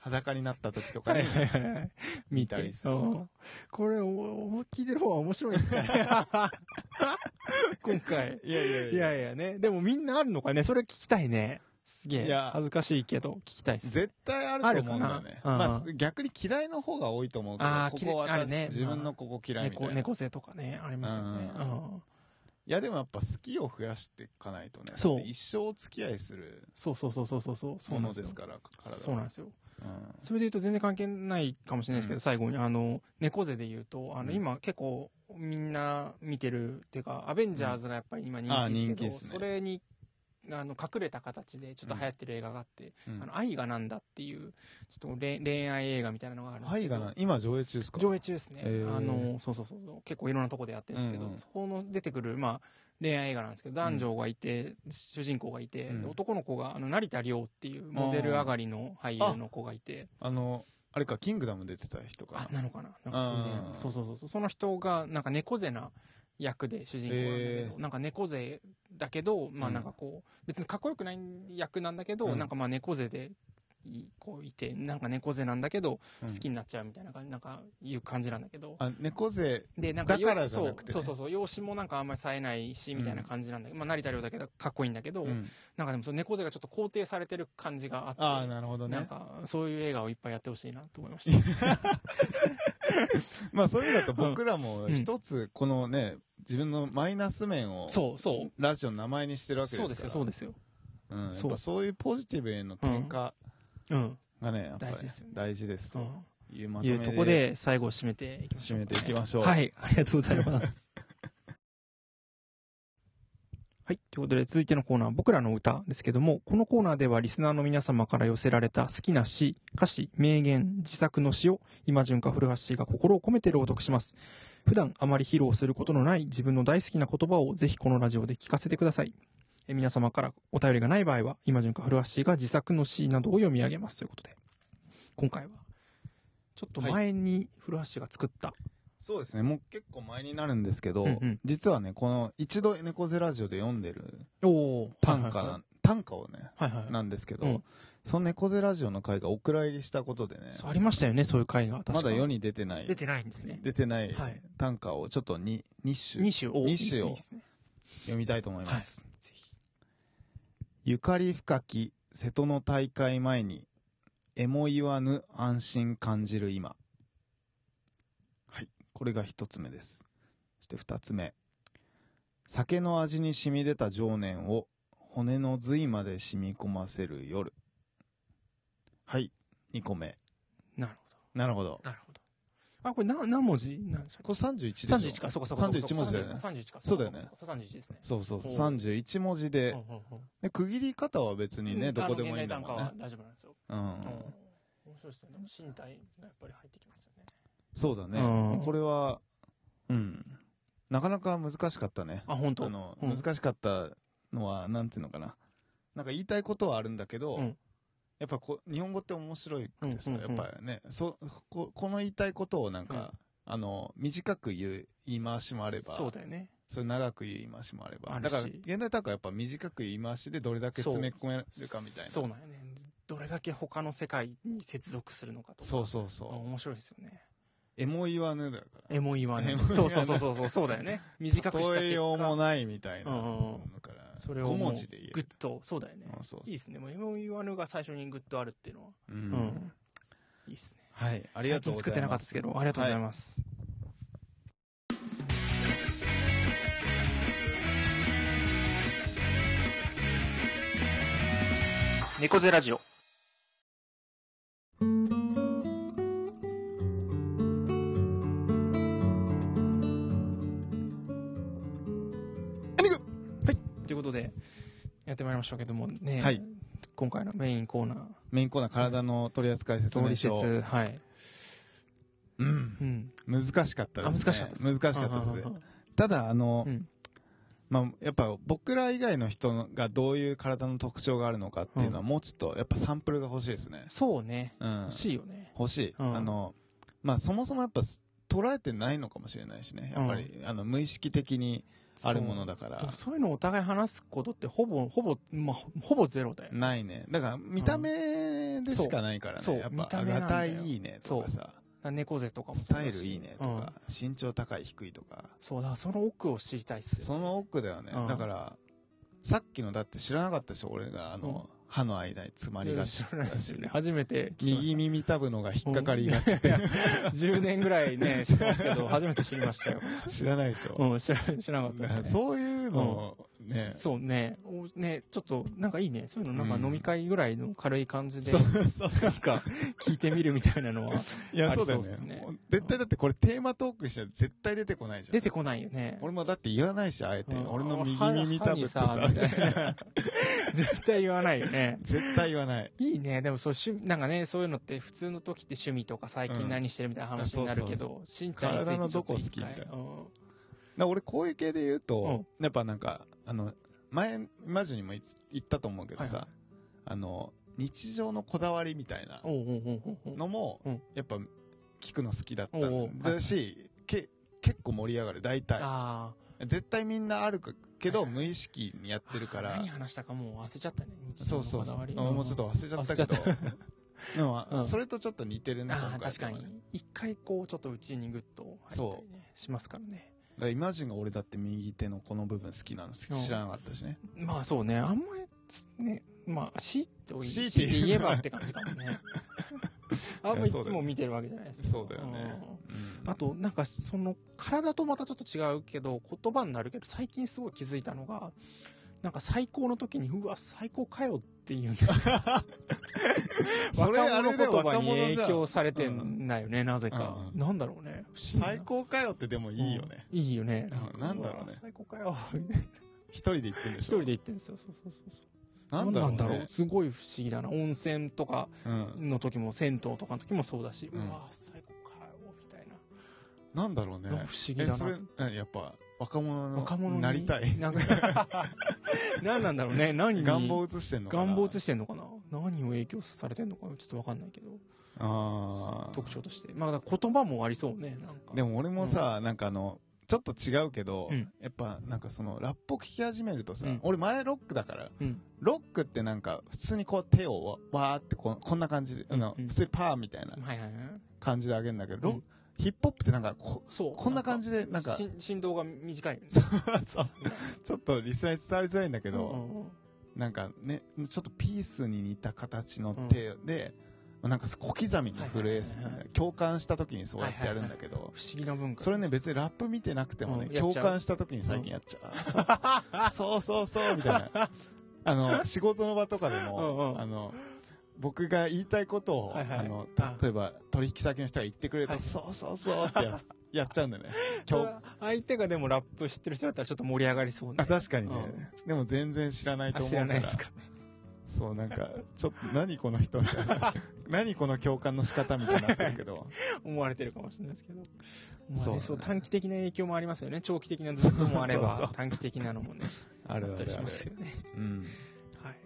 [SPEAKER 4] 裸になった時とかに、 見たりする
[SPEAKER 3] うんこれ、おお聞いてる方は面白いですね。今回。
[SPEAKER 4] いやいやい
[SPEAKER 3] い
[SPEAKER 4] や。
[SPEAKER 3] やいやね。でもみんなあるのかね。それ聞きたいね。すげ
[SPEAKER 4] い
[SPEAKER 3] え
[SPEAKER 4] や。
[SPEAKER 3] 恥ずかしいけど、聞きたいっす。
[SPEAKER 4] 絶対あると思うんだよね
[SPEAKER 3] ある。かなうん
[SPEAKER 4] まあ、逆に嫌いの方が多いと思うけど
[SPEAKER 3] あー、
[SPEAKER 4] ここ
[SPEAKER 3] 嫌いある
[SPEAKER 4] 私、
[SPEAKER 3] ね
[SPEAKER 4] 自分のここ嫌いみたい
[SPEAKER 3] 猫、
[SPEAKER 4] な。い
[SPEAKER 3] 猫背とかね、ありますよね。
[SPEAKER 4] うん
[SPEAKER 3] うん
[SPEAKER 4] や、でもやっぱ好きを増やしていかないとね。
[SPEAKER 3] そう
[SPEAKER 4] だって一生お付き合いする
[SPEAKER 3] そうそうそうそうそうそう。そう
[SPEAKER 4] も
[SPEAKER 3] なんで
[SPEAKER 4] の
[SPEAKER 3] す
[SPEAKER 4] で
[SPEAKER 3] よ
[SPEAKER 4] すから、体は
[SPEAKER 3] そうなんですよ。
[SPEAKER 4] うん
[SPEAKER 3] それで言うと全然関係ないかもしれないですけど、
[SPEAKER 4] うん
[SPEAKER 3] 最後に、あの、猫背で言うと、あの、
[SPEAKER 4] うん
[SPEAKER 3] 今結構みんな見てるっていうか、アベンジャーズがやっぱり今人
[SPEAKER 4] あー
[SPEAKER 3] 気ですけ
[SPEAKER 4] 人
[SPEAKER 3] ど、
[SPEAKER 4] 気ですね
[SPEAKER 3] それに、あの、隠れた形でちょっと流行ってる映画があって、
[SPEAKER 4] うん
[SPEAKER 3] あの、愛がなんだっていう、ちょっと恋恋愛映画みたいなのがあるんです
[SPEAKER 4] 愛
[SPEAKER 3] けど。
[SPEAKER 4] がな、今上映中ですか
[SPEAKER 3] 上映中ですね、
[SPEAKER 4] へー
[SPEAKER 3] あのそうそうそうそう結構いろんなとこでやってるんですけど、
[SPEAKER 4] うんうん
[SPEAKER 3] そこの出てくる、まあ、恋愛映画なんですけど男女がいて、主人公がいて、
[SPEAKER 4] うん
[SPEAKER 3] で男の子があの成田凌っていうモデル上がりの俳優の子がいて
[SPEAKER 4] あの、あれか、キングダム出てた人
[SPEAKER 3] あ
[SPEAKER 4] か
[SPEAKER 3] な
[SPEAKER 4] な。
[SPEAKER 3] のかななんか全然
[SPEAKER 4] うん
[SPEAKER 3] そうそうそうそうその人がなんか猫背な役で主人公なんだけど、
[SPEAKER 4] へー
[SPEAKER 3] なんか猫背だけどまあ
[SPEAKER 4] うん
[SPEAKER 3] なんかこう、別にかっこよくない役なんだけど、
[SPEAKER 4] うん
[SPEAKER 3] なんかまあ猫背でいこういてなんか猫背なんだけど好
[SPEAKER 4] うん
[SPEAKER 3] きになっちゃうみたいな感じ、なんかいう感じなんだけど、
[SPEAKER 4] あ、猫背、
[SPEAKER 3] で、なんかよ、
[SPEAKER 4] だからじゃなくてね
[SPEAKER 3] そうそうそうそう、容姿もなんかあんまり冴えないし、みたいな感じなんだけど、まあ、成田凌だけどかっこいいんだけど、
[SPEAKER 4] うん
[SPEAKER 3] なんかでもその猫背がちょっと肯定されてる感じがあって、
[SPEAKER 4] ああ、なるほど
[SPEAKER 3] なん
[SPEAKER 4] ね。
[SPEAKER 3] か、そういう映画をいっぱいやってほしいなと思いました。
[SPEAKER 4] まあそういう意味だと僕らも一つ、このね、自分のマイナス面を、
[SPEAKER 3] そうそう。
[SPEAKER 4] ラジオの名前にしてるわけです
[SPEAKER 3] そ
[SPEAKER 4] か
[SPEAKER 3] う
[SPEAKER 4] ら。
[SPEAKER 3] ですよ、そうですよ。
[SPEAKER 4] うん、やっ
[SPEAKER 3] そう
[SPEAKER 4] ぱそういうポジティブへの転換
[SPEAKER 3] うん。
[SPEAKER 4] がね、やっぱ
[SPEAKER 3] 大
[SPEAKER 4] り
[SPEAKER 3] 事ですよね
[SPEAKER 4] 大事です
[SPEAKER 3] う
[SPEAKER 4] と
[SPEAKER 3] ん
[SPEAKER 4] いうまと
[SPEAKER 3] い
[SPEAKER 4] め
[SPEAKER 3] うとこ
[SPEAKER 4] で
[SPEAKER 3] で、最後締めていきましょ
[SPEAKER 4] 締
[SPEAKER 3] う、
[SPEAKER 4] めていきましょう。
[SPEAKER 3] はい、ありがとうございます。 はい。ということで、続いてのコーナー、僕らの歌ですけども、このコーナーではリスナーの皆様から寄せられた好きな詩、歌詞、名言、自作の詩を、今潤か古橋が心を込めて朗読します。普段あまり披露することのない自分の大好きな言葉をぜひこのラジオで聞かせてください。え皆様からお便りがない場合は、今潤か古橋が自作の詩などを読み上げますということで、今回は、ちょっと前に古橋が作った、
[SPEAKER 4] そうですね、もう結構前になるんですけど、
[SPEAKER 3] うんうん
[SPEAKER 4] 実はね、この一度猫背ラジオで読んでる
[SPEAKER 3] おお
[SPEAKER 4] 短歌な、短歌をね、
[SPEAKER 3] はいはいはい。
[SPEAKER 4] なんですけど、
[SPEAKER 3] うん
[SPEAKER 4] その猫背ラジオの回がお蔵入りしたことでね、
[SPEAKER 3] そうありましたよね、そういう回が。
[SPEAKER 4] まだ世
[SPEAKER 3] 人
[SPEAKER 4] に出てない、
[SPEAKER 3] 出てないんですね。
[SPEAKER 4] 出てない
[SPEAKER 3] はい
[SPEAKER 4] 短歌をちょっとに2種
[SPEAKER 3] 2種を。
[SPEAKER 4] 二種を
[SPEAKER 3] いいっすね
[SPEAKER 4] 読みたいと思い
[SPEAKER 3] い
[SPEAKER 4] ます。
[SPEAKER 3] いっすねぜひ
[SPEAKER 4] ゆかり深き瀬戸の大会前に、えも言わぬ安心感じる今。はい。これが一つ目です。そして二つ目。酒の味に染み出た情念を骨の髄まで染み込ませる夜。はい。二個目。
[SPEAKER 3] なるほ
[SPEAKER 4] なるほど。
[SPEAKER 3] ど。なるほど。あ、これ何何文字なんでしたっ
[SPEAKER 4] これ31で
[SPEAKER 3] け
[SPEAKER 4] しょ
[SPEAKER 3] ?31 か、そうかそうか。
[SPEAKER 4] 31文字だよね
[SPEAKER 3] 31か。
[SPEAKER 4] そうだよね
[SPEAKER 3] かそうか31ですね。
[SPEAKER 4] そうそうそう。
[SPEAKER 3] おう
[SPEAKER 4] 31文字で
[SPEAKER 3] うんうんうん
[SPEAKER 4] で。区切り方は別に
[SPEAKER 3] う
[SPEAKER 4] ね、
[SPEAKER 3] ん
[SPEAKER 4] どこでもいいんだ
[SPEAKER 3] あの現代短歌
[SPEAKER 4] もんね
[SPEAKER 3] は。大丈夫なんですよ。
[SPEAKER 4] うん。
[SPEAKER 3] うん面白いですね。でも身体がやっぱり入ってきますよね。
[SPEAKER 4] そうだね。
[SPEAKER 3] うん
[SPEAKER 4] これは、うん。なかなか難しかったね。
[SPEAKER 3] あ、本
[SPEAKER 4] あ
[SPEAKER 3] 当。
[SPEAKER 4] の、
[SPEAKER 3] うん
[SPEAKER 4] 難しかったのは、なんていうのかな。なんか言いたいことはあるんだけど、
[SPEAKER 3] うん
[SPEAKER 4] やっぱこ日本語って面白いくて
[SPEAKER 3] う
[SPEAKER 4] さ、
[SPEAKER 3] んうんうん
[SPEAKER 4] やっぱねそこ、この言いたいことをなんか、あの、短く言う言い回しもあれば、
[SPEAKER 3] そうだよね。
[SPEAKER 4] それ長く言う言い回しもあれば、
[SPEAKER 3] ある
[SPEAKER 4] だ
[SPEAKER 3] し
[SPEAKER 4] から、現代短歌はやっぱ短く言い回しでどれだけ詰め込めるかみたいな。
[SPEAKER 3] そうなんよね。どれだけ他の世界に接続するのかとか。
[SPEAKER 4] そうそう
[SPEAKER 3] あ
[SPEAKER 4] そう。
[SPEAKER 3] 面白いですよね。
[SPEAKER 4] エモ言わぬだか
[SPEAKER 3] エモいわね
[SPEAKER 4] エモいわ。ね
[SPEAKER 3] そうそうそうそうそう、そうだよね。短
[SPEAKER 4] ら。
[SPEAKER 3] くした
[SPEAKER 4] 例え
[SPEAKER 3] 結
[SPEAKER 4] よう
[SPEAKER 3] 果、
[SPEAKER 4] もないみたいな。
[SPEAKER 3] うんうんうん
[SPEAKER 4] だから、
[SPEAKER 3] それを
[SPEAKER 4] 小
[SPEAKER 3] もう
[SPEAKER 4] 文字で言える
[SPEAKER 3] グッと、そうだよね。
[SPEAKER 4] うんそうそう
[SPEAKER 3] いいですね。もう、エモいわぬが最初にグッとあるっていうのは。
[SPEAKER 4] う。
[SPEAKER 3] うんん。いいですね。
[SPEAKER 4] はい。あ
[SPEAKER 3] あ
[SPEAKER 4] りがとうございます。
[SPEAKER 3] 作ってなかったですけど、ありがとうございます。猫背ラジオ。
[SPEAKER 4] エンディン
[SPEAKER 3] ということで、やってまいりましたけどもね、
[SPEAKER 4] はい
[SPEAKER 3] 今回のメインコーナー、
[SPEAKER 4] メインコーナー体の取扱説
[SPEAKER 3] 通
[SPEAKER 4] 明
[SPEAKER 3] り
[SPEAKER 4] 書。
[SPEAKER 3] 説、はい。
[SPEAKER 4] うん。
[SPEAKER 3] うん。
[SPEAKER 4] 難しかったです、ね。
[SPEAKER 3] あ難しかったです
[SPEAKER 4] 難しかったですね。ただ、あの、
[SPEAKER 3] うん
[SPEAKER 4] まあ、やっぱ僕ら以外の人がどういう体の特徴があるのかっていうのは、
[SPEAKER 3] う
[SPEAKER 4] もうちょっとやっぱサンプルが欲しいですね。
[SPEAKER 3] そうね。
[SPEAKER 4] うん
[SPEAKER 3] 欲。しいよね。
[SPEAKER 4] 欲しい。
[SPEAKER 3] うん
[SPEAKER 4] あの、まあ、そもそもやっぱ捉えてないのかもしれないしね。やっぱり、あの、無意識的にあるものだか
[SPEAKER 3] でも
[SPEAKER 4] ら。
[SPEAKER 3] そういうのをお互い話すことってほぼ、ほぼ、まあ、ほぼゼロだよね。
[SPEAKER 4] ないね。だから、見た目でしかないからね。
[SPEAKER 3] そう
[SPEAKER 4] やっ
[SPEAKER 3] 見
[SPEAKER 4] ぱ、
[SPEAKER 3] た
[SPEAKER 4] あ
[SPEAKER 3] 目なん
[SPEAKER 4] が
[SPEAKER 3] だよ
[SPEAKER 4] たいいいねとかさ。
[SPEAKER 3] ら猫背とかも
[SPEAKER 4] ス
[SPEAKER 3] そう
[SPEAKER 4] タ
[SPEAKER 3] だし
[SPEAKER 4] イルいいねとか、身長高い低いとか、
[SPEAKER 3] そうだ、その奥を知りたいっすよ。
[SPEAKER 4] その奥だよね。
[SPEAKER 3] うん
[SPEAKER 4] だから、さっきのだって知らなかったでしょ、俺が、あの、歯の間に詰まりがち
[SPEAKER 3] 知らない
[SPEAKER 4] だ
[SPEAKER 3] です
[SPEAKER 4] し
[SPEAKER 3] よ。 ね。初めて聞きまし
[SPEAKER 4] 右耳たぶのが引っかかりがちって
[SPEAKER 3] た。10年ぐらい ね、知ってますけど、初めて知りましたよ。
[SPEAKER 4] 知らないでしょ。
[SPEAKER 3] うん、知ら、知らなかったですね。
[SPEAKER 4] そういうのをね、
[SPEAKER 3] そうね。おね、ちょっと、なんかいいね。そういうの、なん
[SPEAKER 4] うん
[SPEAKER 3] か飲み会ぐらいの軽い感じで、
[SPEAKER 4] そうそう。
[SPEAKER 3] なんか、聞いてみるみたいなのは、
[SPEAKER 4] いや、
[SPEAKER 3] あ
[SPEAKER 4] そ
[SPEAKER 3] り
[SPEAKER 4] うだ
[SPEAKER 3] そ
[SPEAKER 4] よ
[SPEAKER 3] うっすね
[SPEAKER 4] ね。もう絶対だってこれテーマトークにしたら絶対出てこないじゃん。
[SPEAKER 3] 出てこないよね。
[SPEAKER 4] 俺もだって言わないし、あえて。
[SPEAKER 3] うん
[SPEAKER 4] 俺の右耳たぶって
[SPEAKER 3] 歯
[SPEAKER 4] さ
[SPEAKER 3] に、みたいな絶対言わないよね。
[SPEAKER 4] 絶対言わない。
[SPEAKER 3] いいね。でもそう、趣味、なんかね、そういうのって普通の時って趣味とか最近何してるみたいな話になるけど、身体についてちょっと
[SPEAKER 4] 体のどこ好きみたいな
[SPEAKER 3] 一回うん
[SPEAKER 4] だから俺こういう系で言うと、やっぱなんか、あの、前、マジにも言ったと思うけどさ、
[SPEAKER 3] はいは
[SPEAKER 4] あの、日常のこだわりみたいな
[SPEAKER 3] おうおうおうおうおう
[SPEAKER 4] のも
[SPEAKER 3] うん、
[SPEAKER 4] やっぱ聞くの好きだった
[SPEAKER 3] おうおうはいは
[SPEAKER 4] だ
[SPEAKER 3] い
[SPEAKER 4] し、け結構盛り上がる、大体。
[SPEAKER 3] あ
[SPEAKER 4] 絶対みんなあるかけど、
[SPEAKER 3] はいはい
[SPEAKER 4] 無意識にやってるから、
[SPEAKER 3] 何話したかもう忘れちゃったね。日常
[SPEAKER 4] そ
[SPEAKER 3] の
[SPEAKER 4] うそ
[SPEAKER 3] こだ
[SPEAKER 4] うそう
[SPEAKER 3] わり。、
[SPEAKER 4] もうちょっと忘れちゃったけど
[SPEAKER 3] 忘れ、
[SPEAKER 4] でも
[SPEAKER 3] うん
[SPEAKER 4] それとちょっと似てる
[SPEAKER 3] うん。
[SPEAKER 4] ね、
[SPEAKER 3] ああ、
[SPEAKER 4] 今回
[SPEAKER 3] 確か
[SPEAKER 4] とね
[SPEAKER 3] に。。一回こう、ちょっとうちにグッと入った
[SPEAKER 4] そ
[SPEAKER 3] りね、しますからね。
[SPEAKER 4] だからイマジンが俺だって右手のこの部分好きなの知知らなかったしね。
[SPEAKER 3] まあそうね、あんまり、ね、まあ、強いておい
[SPEAKER 4] 強いて
[SPEAKER 3] 強いて言えばって感じかも ね。あんまりい
[SPEAKER 4] そうだ
[SPEAKER 3] つ
[SPEAKER 4] よね
[SPEAKER 3] も見てるわけじゃないですけど
[SPEAKER 4] そうだよね。
[SPEAKER 3] うん
[SPEAKER 4] うん
[SPEAKER 3] あと、なんか、その、体とまたちょっと違うけど、言葉になるけど、最近すごい気づいたのが、なんか最高の時に、うわ、最高かよって いうね。
[SPEAKER 4] そ
[SPEAKER 3] 若
[SPEAKER 4] れあ
[SPEAKER 3] 者
[SPEAKER 4] れで
[SPEAKER 3] 言葉
[SPEAKER 4] 若
[SPEAKER 3] に
[SPEAKER 4] 者
[SPEAKER 3] 影
[SPEAKER 4] じゃん
[SPEAKER 3] 響されてんだよね、なぜか。
[SPEAKER 4] うん
[SPEAKER 3] なんだろうね。不思議な
[SPEAKER 4] 最高かよってでもいいよね。。
[SPEAKER 3] うんいいよね。
[SPEAKER 4] うんなんだろうね
[SPEAKER 3] わ最高かよ。 みたいな
[SPEAKER 4] 一人で行ってるんで
[SPEAKER 3] 一
[SPEAKER 4] しょ
[SPEAKER 3] 人で行ってんですよ。そうそうそうそう。
[SPEAKER 4] なんだろ
[SPEAKER 3] な
[SPEAKER 4] うん
[SPEAKER 3] だろう
[SPEAKER 4] ね。
[SPEAKER 3] すごい不思議だな。温泉とか
[SPEAKER 4] うん。
[SPEAKER 3] の時も、銭湯とかの時もそうだし、
[SPEAKER 4] うん
[SPEAKER 3] うわ、最高かよ、みたいな。
[SPEAKER 4] なんだろうね。
[SPEAKER 3] なんか不思議だ
[SPEAKER 4] え、
[SPEAKER 3] な
[SPEAKER 4] それ、何やっぱ、若者の
[SPEAKER 3] 若者に
[SPEAKER 4] なりたい。
[SPEAKER 3] なんか 何なんだろうね。何に
[SPEAKER 4] 願望映してんのかな
[SPEAKER 3] 願望映
[SPEAKER 4] し
[SPEAKER 3] してんのかな何を影響されてんのかちょっとわかんないけど。
[SPEAKER 4] あ
[SPEAKER 3] 特徴として。まあ、だから言葉もありそうね。なんか。
[SPEAKER 4] あ。でも俺もさ、なんかあの、ちょっと違うけど、
[SPEAKER 3] うん
[SPEAKER 4] やっぱなんかそのラップを聴き始めるとさ、
[SPEAKER 3] うん
[SPEAKER 4] 俺前ロックだから、
[SPEAKER 3] うん
[SPEAKER 4] ロックってなんか普通にこう手をわーってここんな感じで、あの
[SPEAKER 3] うんうん
[SPEAKER 4] 普通にパーみたいな
[SPEAKER 3] はいはいはい。
[SPEAKER 4] 感じで上げるんだけど、ロ
[SPEAKER 3] うん
[SPEAKER 4] ヒップホップってなんかこ
[SPEAKER 3] そう。
[SPEAKER 4] こんな感じでなんか
[SPEAKER 3] し振動が短いよね。そう
[SPEAKER 4] そうちょっとリスナーに伝わりづらいんだけど、
[SPEAKER 3] んうんうん
[SPEAKER 4] なんかね、ちょっとピースに似た形の手で、なんか小刻みに震えす、
[SPEAKER 3] はいはいはいはい
[SPEAKER 4] 共感した時にそうやってやるんだけど、
[SPEAKER 3] 不思議な文化。
[SPEAKER 4] それね、別にラップ見てなくてもね、
[SPEAKER 3] うんやっ
[SPEAKER 4] 共
[SPEAKER 3] ちゃう
[SPEAKER 4] 感した時に最近やっちゃう。あそうそうそうそうそうみたいな。あの、仕事の場とかで
[SPEAKER 3] うん
[SPEAKER 4] も
[SPEAKER 3] う、ん
[SPEAKER 4] あの、僕が言いたいことを、
[SPEAKER 3] はいはい
[SPEAKER 4] あの
[SPEAKER 3] あ、
[SPEAKER 4] 例えば取引先の人が言ってくれると、
[SPEAKER 3] はい
[SPEAKER 4] そうそうそうってややっちゃうんだよね。
[SPEAKER 3] それ
[SPEAKER 4] 共
[SPEAKER 3] は相手がでもラップ知ってる人だったらちょっと盛り上がりそうね
[SPEAKER 4] あ。確かにね、でも全然知らない
[SPEAKER 3] あ
[SPEAKER 4] と思う
[SPEAKER 3] 知
[SPEAKER 4] からら
[SPEAKER 3] ないですか。
[SPEAKER 4] そうなんかちょっと何この人みたい な何この共感の仕方みたいになってるけど
[SPEAKER 3] 思われてるかもしれないですけど。まあ
[SPEAKER 4] そう
[SPEAKER 3] ね、
[SPEAKER 4] ね
[SPEAKER 3] そう、短期的な影響もありますよね。長期的なずっともあれ
[SPEAKER 4] そうそう
[SPEAKER 3] ば、短期的なのもね、
[SPEAKER 4] あ
[SPEAKER 3] あ
[SPEAKER 4] る
[SPEAKER 3] っ
[SPEAKER 4] あ
[SPEAKER 3] た
[SPEAKER 4] る
[SPEAKER 3] り
[SPEAKER 4] あ
[SPEAKER 3] し
[SPEAKER 4] る
[SPEAKER 3] ますよね。
[SPEAKER 4] うん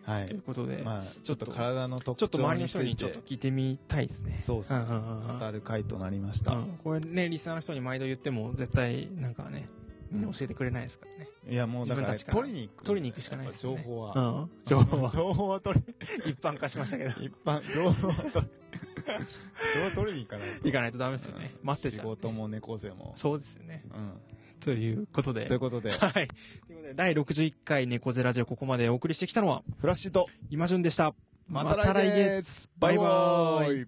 [SPEAKER 3] はい。
[SPEAKER 4] は
[SPEAKER 3] という
[SPEAKER 4] い
[SPEAKER 3] ことで、
[SPEAKER 4] まあちょっ
[SPEAKER 3] ちょ
[SPEAKER 4] と
[SPEAKER 3] っと
[SPEAKER 4] 体の特
[SPEAKER 3] ちょっと
[SPEAKER 4] 徴
[SPEAKER 3] 周り
[SPEAKER 4] に
[SPEAKER 3] の人
[SPEAKER 4] つい
[SPEAKER 3] にちょってと聞いてみたいですね。
[SPEAKER 4] そうです
[SPEAKER 3] うんうんうんうん
[SPEAKER 4] 語る回となりました、
[SPEAKER 3] うんこれね、リスナーの人に毎度言っても、絶対、なんかね、みんな教えてくれないですからね。
[SPEAKER 4] いやもうだから
[SPEAKER 3] 自分たちから
[SPEAKER 4] 取りに行く
[SPEAKER 3] 取りに行くしかない
[SPEAKER 4] や
[SPEAKER 3] で
[SPEAKER 4] っぱ
[SPEAKER 3] すよ
[SPEAKER 4] 情
[SPEAKER 3] ね。
[SPEAKER 4] 報は、
[SPEAKER 3] うん。情報は
[SPEAKER 4] 情報は取り
[SPEAKER 3] 一般化しました けど。
[SPEAKER 4] 一般情報は取り情報は取りに行かないと
[SPEAKER 3] 行かないとダメですよね。
[SPEAKER 4] うん
[SPEAKER 3] 待ってち
[SPEAKER 4] 仕
[SPEAKER 3] ゃう。
[SPEAKER 4] 事も猫背も
[SPEAKER 3] そうですよね。
[SPEAKER 4] うん
[SPEAKER 3] ということで。
[SPEAKER 4] ということで
[SPEAKER 3] はい。ということで、第61回猫背ラジオここまでお送りしてきたのは、
[SPEAKER 4] フラッシュと
[SPEAKER 3] 今順でした。
[SPEAKER 4] また来月
[SPEAKER 3] バイバーイ。
[SPEAKER 4] イ